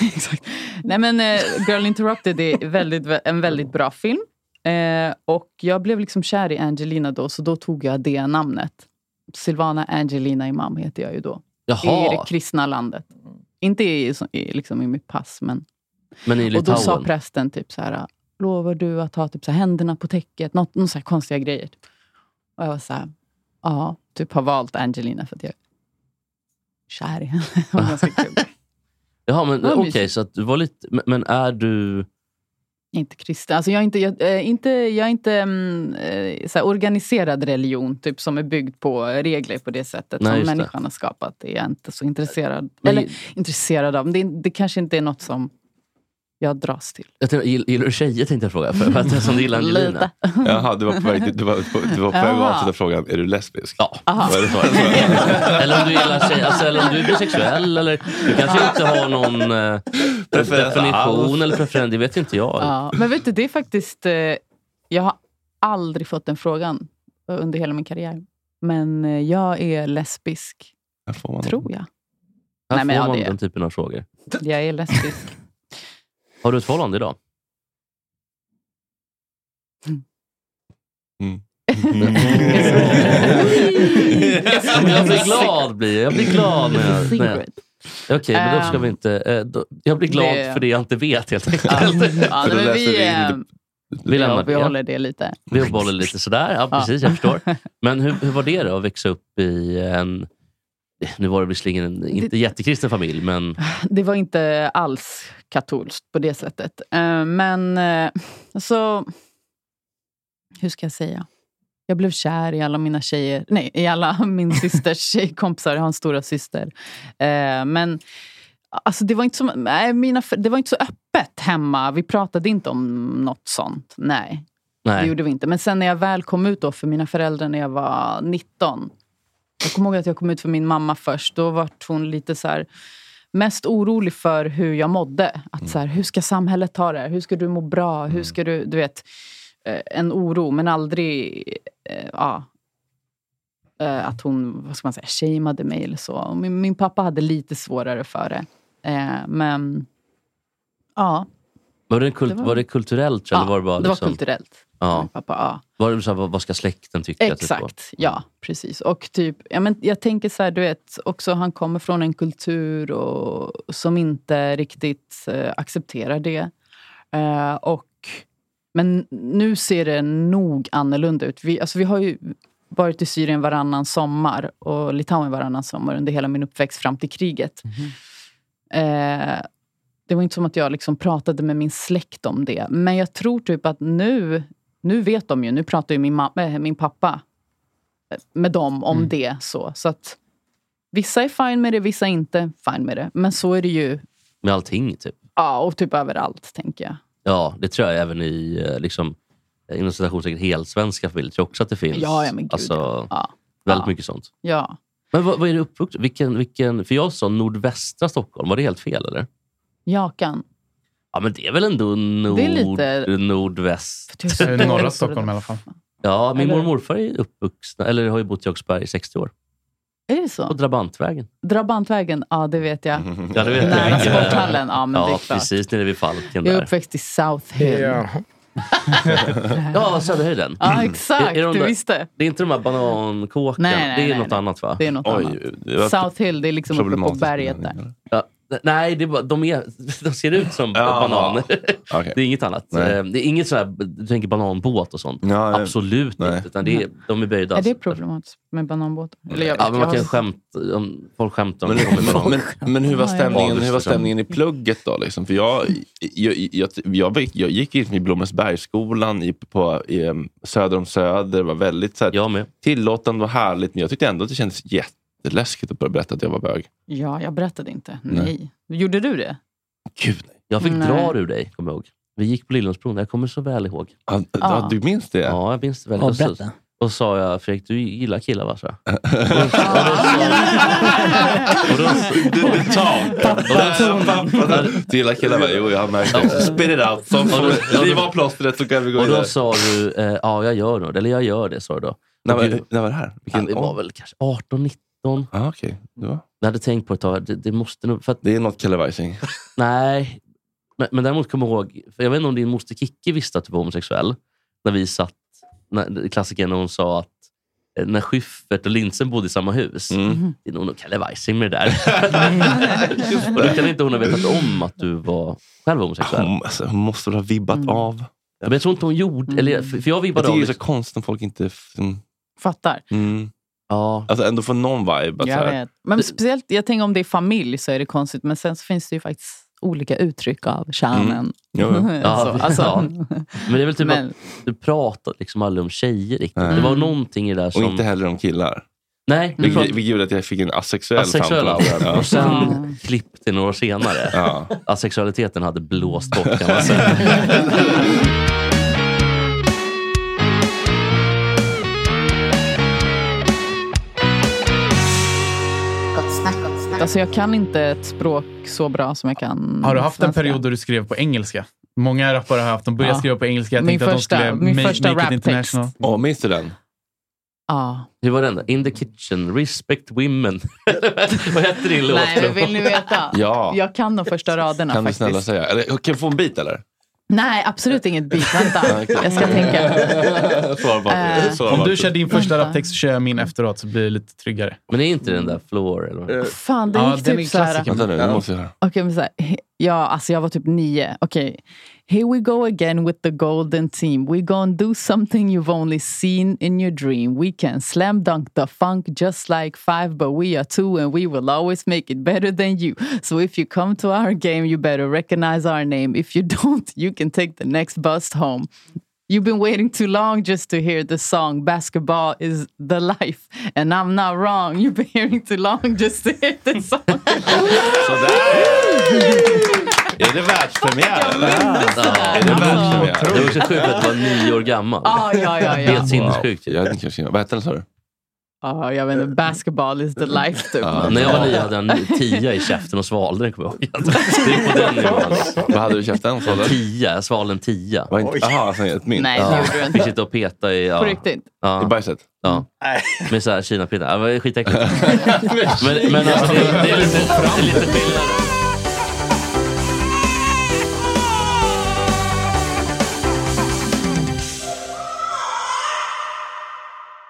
S5: Exakt. Nej, men eh, Girl Interrupted är väldigt, en väldigt bra film. Eh, och jag blev liksom kär i Angelina då, så då tog jag det namnet. Silvana Angelina Imam heter jag ju då.
S6: Jaha.
S5: I det kristna landet. Inte i, i, liksom i mitt pass, men...
S6: Men i
S5: och då sa
S6: Litauen.
S5: prästen typ så här, lovar du att ha typ så här, händerna på täcket? Något, någon så här konstiga grejer. Typ. Och jag var så här, ja, typ har valt Angelina för att jag är kär i henne. Det var ganska kul.
S6: Jaha, men
S5: Vad
S6: okej.
S5: mysigt.
S6: så att du var lite... Men, men är du...
S5: Inte kristen. Alltså jag är inte, jag, eh, inte, jag är inte mm, eh, så här organiserad religion typ, som är byggd på regler på det sättet
S6: Nej, just
S5: som
S6: det.
S5: människan har skapat. Det är jag inte så intresserad,
S6: Men-
S5: eller, intresserad av. Men Det, är- det kanske inte är något som jag dras till.
S6: Jag tänkte, gill- gillar du tjejer tänkte jag fråga. För, för att, som du gillar Angelina.
S1: Jaha, du var på väg, du var, du var på väg att
S6: Jaha.
S1: avsluta frågan. Är du lesbisk?
S6: Ja.
S1: Aha.
S6: eller om du gillar tjejer. Alltså, eller om du är bisexuell. Eller, du kanske inte har någon eh,
S1: Preferens
S6: definition
S1: alls.
S6: eller preferens. Det vet inte jag.
S5: Ja. Men vet du, det är faktiskt... eh, Jag har aldrig fått den frågan eh, under hela min karriär. Men eh, jag är lesbisk,
S1: får man
S5: tror jag.
S6: Här
S5: Nej, men
S6: får
S5: ja,
S6: man
S5: det-
S6: den typen av frågor.
S5: Jag är lesbisk.
S6: Har du ett förhållande idag? jag blir glad blir jag. Jag blir glad när jag... När jag...
S5: Secret.
S6: Okej, men då ska
S5: Ehm,
S6: vi inte... eh, Då, jag blir glad
S5: det-
S6: för det jag inte vet helt enkelt.
S5: Ja, nej, men vi, eh,
S6: vi lämnar
S5: vi
S6: det.
S5: håller det lite.
S6: Vi uppehåller lite sådär. Ja,
S5: Ja.
S6: precis. Jag förstår. Men hur, hur var det då att växa upp i en... Nu var det visserligen en inte jättekristen familj, men...
S5: Det var inte alls katolskt på det sättet. Eh, Men eh, så... Hur ska jag säga? Jag blev kär i alla mina tjejer. Nej, i alla min systers tjejkompisar. Jag har en stora syster. Eh, Men alltså, det, var inte som, nej, mina, det var inte så öppet hemma. Vi pratade inte om något sånt. Nej,
S6: Nej.
S5: det gjorde vi inte. Men sen när jag väl kom ut då för mina föräldrar när jag var 19. Jag kommer ihåg att jag kom ut för min mamma först. Då var hon lite så här mest orolig för hur jag mådde. Att så här, hur ska samhället ta det här? Hur ska du må bra? Hur ska du... Du vet, eh, en oro, men aldrig... eh, Ja, eh, att hon vad ska man säga, shameade mig eller så. Och Min, min pappa hade lite svårare för det. Eh, men ja,
S6: Var det, kul-
S5: Det var-
S6: var... det kulturellt?
S5: Ja,
S6: eller var det, bara,
S5: det var
S6: liksom-
S5: kulturellt.
S6: Ja.
S5: Pappa, ja.
S6: Var det så här, vad, vad ska släkten tycka? typ,
S5: Exakt,
S6: och-
S5: ja. Precis. Och typ, ja, men jag tänker så här, du vet, också han kommer från en kultur och, som inte riktigt eh, accepterar det. Eh, och, men nu ser det nog annorlunda ut. Vi, alltså, vi har ju varit i Syrien varannan sommar och Litauen varannan sommar under hela min uppväxt fram till kriget.
S6: Mhm.
S5: Eh, det var inte som att jag liksom pratade med min släkt om det. Men jag tror typ att nu, nu vet de ju. Nu pratar ju min, ma- äh, min pappa eh, med dem
S6: Mm.
S5: om det. Så, så att vissa är fine med det, vissa är inte fine med det. Men så är det ju.
S6: Med allting, typ.
S5: Ja, och typ överallt, tänker jag.
S6: Ja, det tror jag även i eh, liksom, eh, inom citationstecken helsvenska familjer. tror jag också att det finns.
S5: Ja, ja, men gud,
S6: alltså, Väldigt mycket sånt.
S5: Ja.
S6: Men vad, vad är du uppvuxen vilken, vilken För jag sa nordvästra Stockholm. Var det helt fel, eller?
S5: Jakan.
S6: Ja, men det är väl ändå nord,
S5: Det är lite-
S6: nordväst?
S5: jag är så Norra dålig Stockholm på det
S10: i alla fall.
S6: Ja, min
S5: Eller-
S6: mormor och morfar är uppvuxna, eller har ju bott i Åkersberga i 60 år.
S5: Är det så?
S6: På Drabantvägen.
S5: Drabantvägen, ja det vet jag.
S6: Ja, det vet jag.
S5: Nära sporthallen, ja men det är klart.
S6: precis. Nere vid Falken
S5: Jag är
S6: där.
S5: uppväxt i South Hill.
S6: ja, Söderhöjden.
S5: Ja, exakt.
S6: de
S5: Du
S6: där-
S5: visste.
S6: Det Mm. är inte de här banankåken.
S5: Nej, nej,
S6: det är
S5: nej,
S6: något
S5: nej.
S6: annat, va?
S5: Det är något annat. South Hill, det är liksom uppe på
S6: problematiskt
S5: berget där.
S6: Ja, nej, det är bara, de, är, de ser ut som bananer. Det är inget annat.
S1: Nej.
S6: Eh, Det är inget sån här, du tänker bananbåt och sånt.
S1: nej.
S6: Absolut inte. Utan det är, de är böjda.
S5: Är det problematiskt med bananbåtar? Eller jag vet,
S6: ja, men
S5: jag
S6: man
S5: har-
S6: kan skämta, om, folk skämtar om
S1: Men, men, men, men hur var
S5: Ja, ja.
S1: stämningen, hur var stämningen i plugget då? Liksom? För jag, jag, jag, jag, gick- jag gick i Blommensbergsskolan i, på, i, em, söder om Söder. Det var väldigt så här, tillåtande och härligt. Men jag tyckte ändå att det kändes jätteläskigt att börja berätta att jag var bög.
S5: Ja, jag berättade inte.
S1: Nej.
S5: Nej. Gjorde du det?
S6: Jag fick
S5: Nej.
S6: dra ur dig, kommer jag ihåg. Vi gick på Lillångsbron, jag kommer så väl ihåg.
S1: Ja,
S5: Ja.
S1: Du minns det?
S6: Ja, jag minns det väl.
S1: Ja,
S6: Och så,
S1: berätta.
S6: och sa jag, Fredrik, du gillar killar va? Så jag.
S1: Du gillar killar va? Jo, jag har märkt det. Spit it out. Som,
S6: Ja,
S1: riv av plåstret så kan vi gå
S6: Och då
S1: vidare.
S6: sa du, eh, ja jag gör nog det. Eller jag gör det, sa du då.
S1: När var-
S6: Och du-
S1: när var det här?
S6: ja, det var väl kanske 18, 19.
S1: Ah, okay. det var.
S6: Jag hade tänkt på ett tag, det, det måste nog... För att,
S1: det är något Kellerweising.
S6: Nej, men, men däremot kommer jag ihåg, för jag vet inte om din moster Kikki visste att du var homosexuell. När vi satt, när, klassiken när hon sa att eh, när Schyffert och Lindsen bodde i samma hus.
S1: Mm.
S6: Det är nog någon Kellerweising med det där. och då kan inte hon ha vetat om att du var själv homosexuell.
S1: Hon, alltså, hon måste väl ha vibbat av.
S6: Mm.
S1: Mm.
S6: Men jag tror inte hon gjorde... Eller, för för jag vibbade
S1: jag
S6: av...
S1: tycker det är
S6: liksom-
S1: så konstigt om folk inte... f- Mm.
S5: Fattar.
S1: Mm.
S6: Ja.
S1: Alltså ändå få någon vibe. Att så
S5: Jag
S1: här,
S5: vet. Men speciellt, jag tänker om det är familj så är det konstigt. Men sen så finns det ju faktiskt olika uttryck av
S1: Mm.
S5: kärnan.
S6: Ja,
S5: så, alltså,
S6: ja. Men det är väl typ
S5: Men-
S6: att du pratade liksom aldrig om tjejer riktigt. Det var någonting i det där som...
S1: och inte heller om killar.
S6: Nej, du
S1: Vilket,
S6: pratade-
S1: vilket gjorde att jag fick en asexuell
S6: asexuella.
S1: samtal. Ja.
S6: Och sen klippte några år senare.
S1: Ja.
S6: Asexualiteten hade blåst bort kan man säga.
S5: alltså, jag kan inte ett språk så bra som jag kan
S10: Har du haft en
S5: svenska.
S10: period då du skrev på engelska? Många rappare har haft, de började
S5: Ja.
S10: skriva på engelska. Jag
S5: Min
S10: tänkte
S5: första-
S10: att de skulle
S5: min
S10: ma-
S5: första
S10: make it
S5: raptext.
S10: international.
S1: Åh, minns du den?
S5: Ja.
S6: Hur var den då? In the kitchen, respect women. Vad hette din låt?
S5: Nej, men vill ni veta?
S1: Ja.
S5: Jag kan de första raderna
S1: Kan du
S5: faktiskt.
S1: snälla säga? Eller, kan jag få en bit eller?
S5: Nej, absolut inget bit. Vänta, jag ska tänka.
S1: Svara på
S5: Eh. Mm.
S1: Svara
S10: Om
S1: på
S10: du
S1: det.
S10: kör din första raptext så kör jag min efteråt så blir det lite tryggare.
S6: Men är inte den där floor? Eller?
S5: Fan, det gick typ så här.
S1: Vänta nu, nu måste jag höra.
S5: Okej, men så här, he- ja, alltså jag var typ nio. Okej. Here we go again with the golden team. We gonna do something you've only seen in your dream. We can slam dunk the funk just like five, but we are two and we will always make it better than you. So if you come to our game, you better recognize our name. If you don't, you can take the next bus home. You've been waiting too long just to hear the song Basketball is the life. And I'm not wrong. You've been hearing too long just to hear this song.
S1: Är det världspremiär?
S6: Ja,
S1: Är det världspremiär?
S6: det var så sjukt att du var nio år gammal.
S5: Ja, ja, ja, ja.
S6: Helt sinnessjukt.
S1: Jag hade inte kanske- Vad hette den sa du?
S5: Ja, jag vet inte. Basketball is the life, typ.
S6: Eh, Ja, när jag var nio hade jag en tia i käften och svalde den, kommer jag ihåg. Det är på den nivån. liksom.
S1: Vad hade du i käften? sa du?
S6: Tia, jag svalde en tia.
S1: Var inte- Jaha, alltså ett mynt?
S5: Nej, det gjorde du inte.
S6: Fick sitta och peta i... Ja.
S5: På riktigt? Mm.
S6: Ja.
S1: I bajset?
S6: Ja. Med såhär alltså, kinapinnar. Ja, det var skitäckligt. men, men alltså, det, det är lite, det är lite skillnad.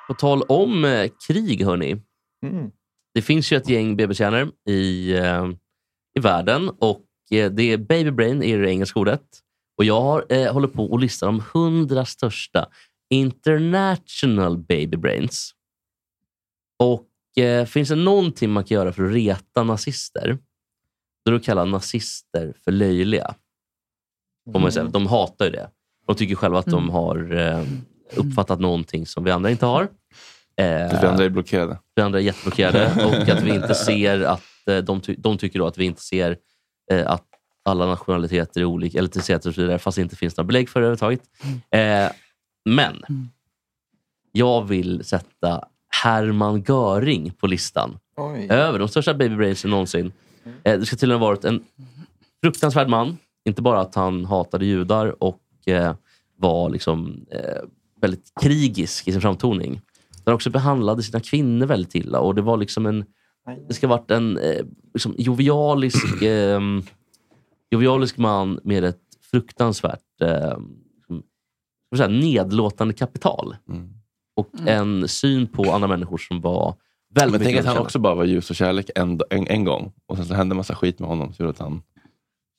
S6: På tal om eh, krig, hörni.
S9: Mm.
S6: Det finns ju ett gäng BB-kärnor i, eh, i världen och eh, det är baby brain är det engelska ordet. Och jag har, eh, håller på och listar de hundra största international baby brains. Och eh, finns det någonting man kan göra för att reta nazister, då är det att kalla nazister för löjliga. Om man säger, de hatar ju det. De tycker själva att de
S1: Mm.
S6: har eh, uppfattat någonting som vi andra inte har. Eh,
S1: För vi andra är blockerade.
S6: vi andra är jätteblockerade och att vi inte ser att eh, de, ty- de tycker då att vi inte ser eh, att alla nationaliteter är olika, eller etniciteter och så vidare, fast det inte finns några belägg för det överhuvudtaget. Eh, men jag vill sätta Hermann Göring på listan
S9: Oj.
S6: över de största babybrainsen någonsin. Eh, det ska tydligen ha varit en fruktansvärd man. Inte bara att han hatade judar och eh, var liksom, eh, väldigt krigisk i sin framtoning. Men han också behandlade sina kvinnor väldigt illa. Och det var liksom en... Det ska ha varit en eh, liksom, jovialisk, eh, jovialisk man med ett fruktansvärt eh, liksom, ska man säga, nedlåtande kapital.
S1: Mm.
S6: Och en syn på andra människor som var väldigt
S1: Men tänk
S6: mycket
S1: att han
S6: överkända.
S1: också bara var ljus och kärlek en, en, en gång. Och sen så hände en massa skit med honom som gjorde att han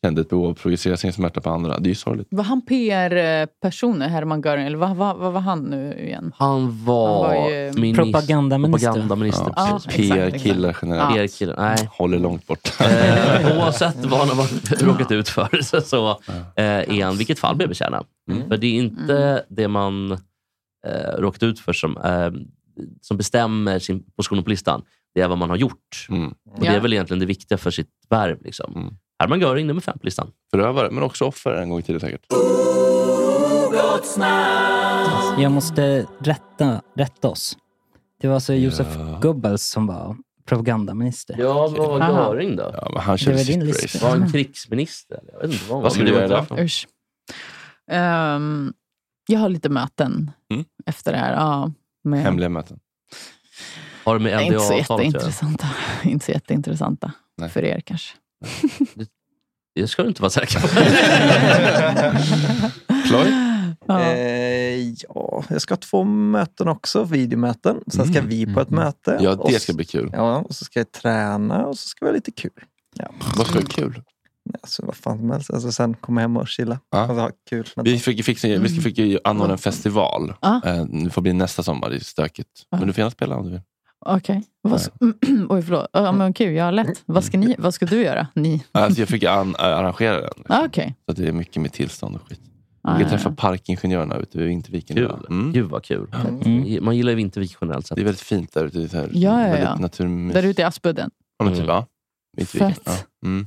S1: kände ett behov av att projicera sin smärta på andra. Det är ju sorgligt.
S5: Var han PR-personer, Hermann Göring? Eller vad, vad, vad var han nu igen?
S6: Han var,
S5: Han var ju-
S6: minister-
S5: Propagandaminister.
S6: propagandaminister,
S5: Ja,
S6: precis.
S5: exakt, exakt.
S1: PR-killar generellt.
S6: Ja. PR-killar, nej.
S1: Håller långt bort.
S6: Eh, oavsett vad han har varit- råkat ut för så, så eh, är han i vilket fall BB-kärna.
S1: Mm.
S6: För det är inte det man eh, råkat ut för som, eh, som bestämmer sin position på listan. Det är vad man har gjort.
S1: Mm.
S6: Och Det
S1: Ja.
S6: är väl egentligen det viktiga för sitt värv. Liksom. Herman Göring, nummer fem på listan.
S1: Mm. Förövare, men också offer en gång i tiden säkert.
S7: Jag måste rätta, rätta oss. Det var alltså Josef Goebbels som var propagandaminister.
S6: Ja, men vad
S7: Aha.
S6: var Göring då?
S1: Ja, men han
S7: Det körde var din sitt lista. race.
S6: Var han krigsminister? eller? Jag vet inte vad han
S1: Vad ska
S6: men
S1: du
S6: det var
S1: göra
S6: inte
S1: idag?
S5: Usch. Ehm, jag har lite möten
S1: Mm.
S5: efter det här. Ja, med,
S1: Hemliga möten.
S6: Har du
S5: Nej,
S6: med
S5: inte så
S6: NDA-avtalet att göra?
S5: jätteintressanta. inte så jätteintressanta för er kanske.
S6: Det ska du inte vara säker på.
S9: Eh, ja, jag ska ha två möten också, videomöten. Sen ska vi på ett möte.
S1: Mm. Ja, det
S9: Och s-
S1: ska bli kul.
S9: Ja, och så ska jag träna och så ska vi ha lite kul. Ja.
S1: Vad ska vara kul?
S9: Alltså, vad fan som helst. Alltså, sen komma hem och chilla. Alltså, ha kul. Men-
S1: Vi fick, fixa, vi ska fick ju anordna en festival.
S5: Mm. Ja.
S1: Eh, det får bli nästa sommar. Det är stökigt. Men du får gärna spela om du vill.
S5: Okej. Vad s- Oj, förlåt. Ja, men kul, jag har lätt. Vad ska, ni, vad ska du göra? Ni?
S1: Alltså, jag fick an, arrangera den.
S6: Mm.
S5: Ah, Okej.
S1: Så att det är mycket med tillstånd och skit.
S5: Ah,
S1: Vi
S5: ja,
S1: kan träffa parkingenjörerna ute vid Vinterviken.
S6: Kul.
S1: idag. Mm.
S6: Gud vad kul. Man gillar ju Vintervik generellt sett.
S1: Det är väldigt fint där ute. Det är så här,
S5: Mm. Ja, ja,
S1: väldigt
S5: ja.
S1: naturmys.
S5: Där ute i Aspudden.
S1: Ja, men typ,
S6: Mm.
S1: ja. Vinterviken.
S5: Fett.
S1: Ja. Mm.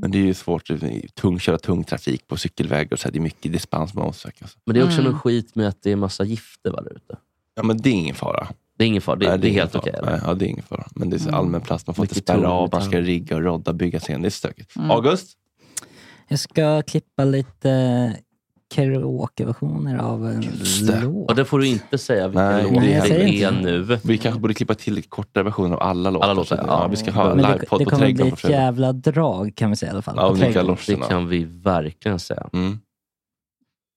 S1: Men det är ju svårt. Det är tung, köra tung trafik på cykelvägar. Och så här, det är mycket dispens man måste söka. och Så.
S6: Men det är också
S1: Mm.
S6: någon skit med att det är massa gifter va, där ute.
S1: Ja, men det är ingen fara.
S6: Det är ingen fara. Det,
S1: Nej,
S6: det är
S1: ingen
S6: helt
S1: fara.
S6: okej.
S1: Nej, ja, det är ingen fara. Men det är så
S7: Mm.
S1: allmän plats. Man får
S6: Mycket
S1: inte spärra
S6: tungt,
S1: av. Man ska
S6: ja.
S1: rigga och rodda, bygga scen. Det är stökigt.
S7: Mm.
S1: August?
S7: Jag ska klippa lite karaokeversioner av en låt.
S6: Och det får du inte säga vilken
S1: Nej,
S6: låt
S7: det
S6: det,
S7: jag säger
S6: är
S7: inte.
S6: nu.
S1: Vi kanske borde klippa till kortare versioner av alla låtar.
S6: låtar,
S1: Så att-
S6: ja.
S1: ja, vi ska ha
S7: Men det-
S1: livepodd
S7: Det
S1: på
S7: kommer bli
S1: Trädgården på
S7: ett
S1: fredag.
S7: jävla drag kan vi säga i alla fall.
S1: Ja,
S7: på
S1: och Mikael
S7: Trädgården.
S1: Larsson,
S6: Det kan vi verkligen säga.
S1: Mm.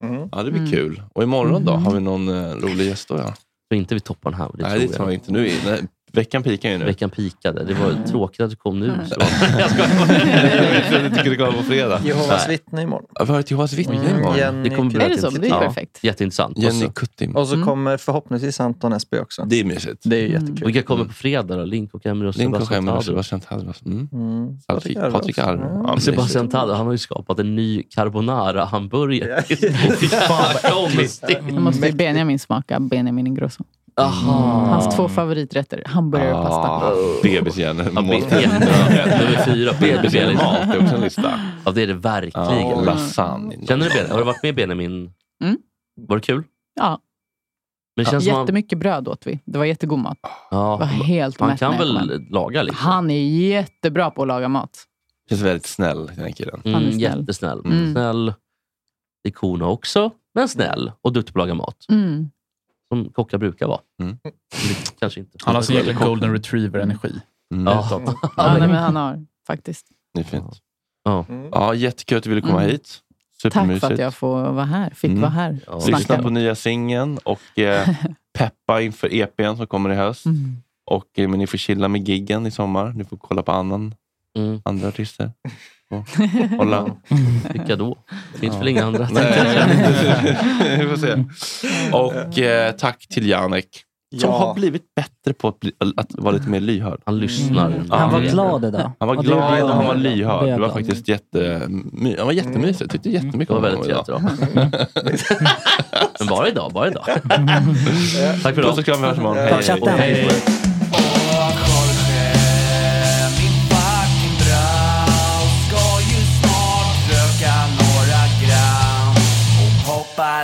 S9: Mm.
S1: Ja, det blir kul. Och imorgon då?
S6: Mm.
S1: Har vi någon eh, rolig gäst då? Ja.
S6: Så inte vi toppar den här. Det
S1: Nej, det tror jag inte. Nu är, nej, veckan pikar ju nu.
S6: Veckan pikade. Det
S9: Mm.
S6: var tråkigt att du kom nu. Så. Jag
S1: Jag trodde inte det kunde komma på fredag.
S9: Jehovas
S1: Nej.
S9: vittne imorgon.
S1: Ja, Vi har ett Jehovas vittne
S9: Mm.
S1: imorgon.
S9: Jenny Kuttim. Är det så? Det är
S6: ja,
S9: perfekt.
S6: Jätteintressant. Alltså, Mm.
S1: Jenny
S6: Och så-
S1: Kuttim.
S9: Och så kommer förhoppningsvis Anton Esby också.
S1: Det är mysigt. Mm.
S9: Det är ju jättekul.
S6: Vilka kommer på fredag då? Link och Emre och
S1: Link och
S6: Sebastian
S1: Emre och
S6: Tadros.
S1: Sebastian Tadros. Mm.
S9: Mm.
S1: Patrik Patrik Arv. Ja, men det är
S6: Sebastian Tadros, han har ju skapat en ny carbonara-hamburgare. Konstigt.
S5: Nu måste ju Benjamin smaka Benjamin Ingrosso.
S6: Aha.
S5: Hans två favoriträtter, hamburgare och pasta.
S1: Bebishjärnor.
S6: Ah. Ja, be-
S1: Måltid.
S6: jättebra. Nummer fyra på
S1: Bebishjärnemat är också en lista.
S6: Ja, det är det verkligen.
S1: Ja, lasagne.
S6: Känner du Benjamin? Har du varit med Benjamin?
S5: Mm.
S6: Var det kul?
S5: Ja.
S6: Men det känns som han-
S5: Jättemycket bröd åt vi. Det var jättegod mat.
S6: Ja,
S5: Var helt
S6: han
S5: mätt
S6: kan
S5: när jag kom
S6: väl laga lite?
S5: Han är jättebra på att laga mat.
S1: Känns väldigt snäll, den här killen.
S5: Han är
S6: Mm,
S5: snäll.
S6: jättesnäll.
S5: Mm.
S6: Snäll i korna också, men snäll och duktig på att laga mat.
S5: Mm.
S6: Som kockar brukar vara.
S1: Mm.
S6: Men det Kanske inte.
S10: Han har sån jäkla golden retriever-energi.
S6: Ja.
S5: Ja, nej, men han har faktiskt.
S1: Det är fint.
S6: Ja,
S1: ja jättekul att du ville komma
S5: Mm.
S1: hit.
S5: Tack för att
S1: Supermysigt.
S5: jag får vara här. fick
S1: Mm.
S5: vara här.
S1: Ja.
S5: Snacka.
S1: Lyssna på nya singeln och eh, peppa inför EPn som kommer i höst.
S5: Mm.
S1: Och, eh, men ni får chilla med giggen i sommar. Ni får kolla på annan,
S6: Mm.
S1: andra artister. Och, kolla.
S6: Vilka då? Finns väl inga andra,
S1: Nej,
S6: tänkte jag.
S1: Vi får se. Och eh, tack till Janek. Som
S6: Ja.
S1: har blivit bättre på att, bli, att vara lite mer lyhörd.
S6: Han lyssnar. Mm. Han var glad idag.
S1: Han var
S6: Och det gjorde
S1: glad
S6: jag
S1: och han var
S6: med.
S1: lyhörd.
S6: Det
S1: Det var
S6: var
S1: faktiskt jätte, han var jättemysig. Jag tyckte jättemycket om
S6: Det var
S1: honom
S6: väldigt
S1: idag.
S6: Men bara idag, bara idag. Tack för idag.
S1: Puss och kram, vi hörs imorgon.
S6: Hej.
S1: Ta chatten.
S6: Och hej.
S1: Hej.
S4: Ska ju snart röka några gram och hoppa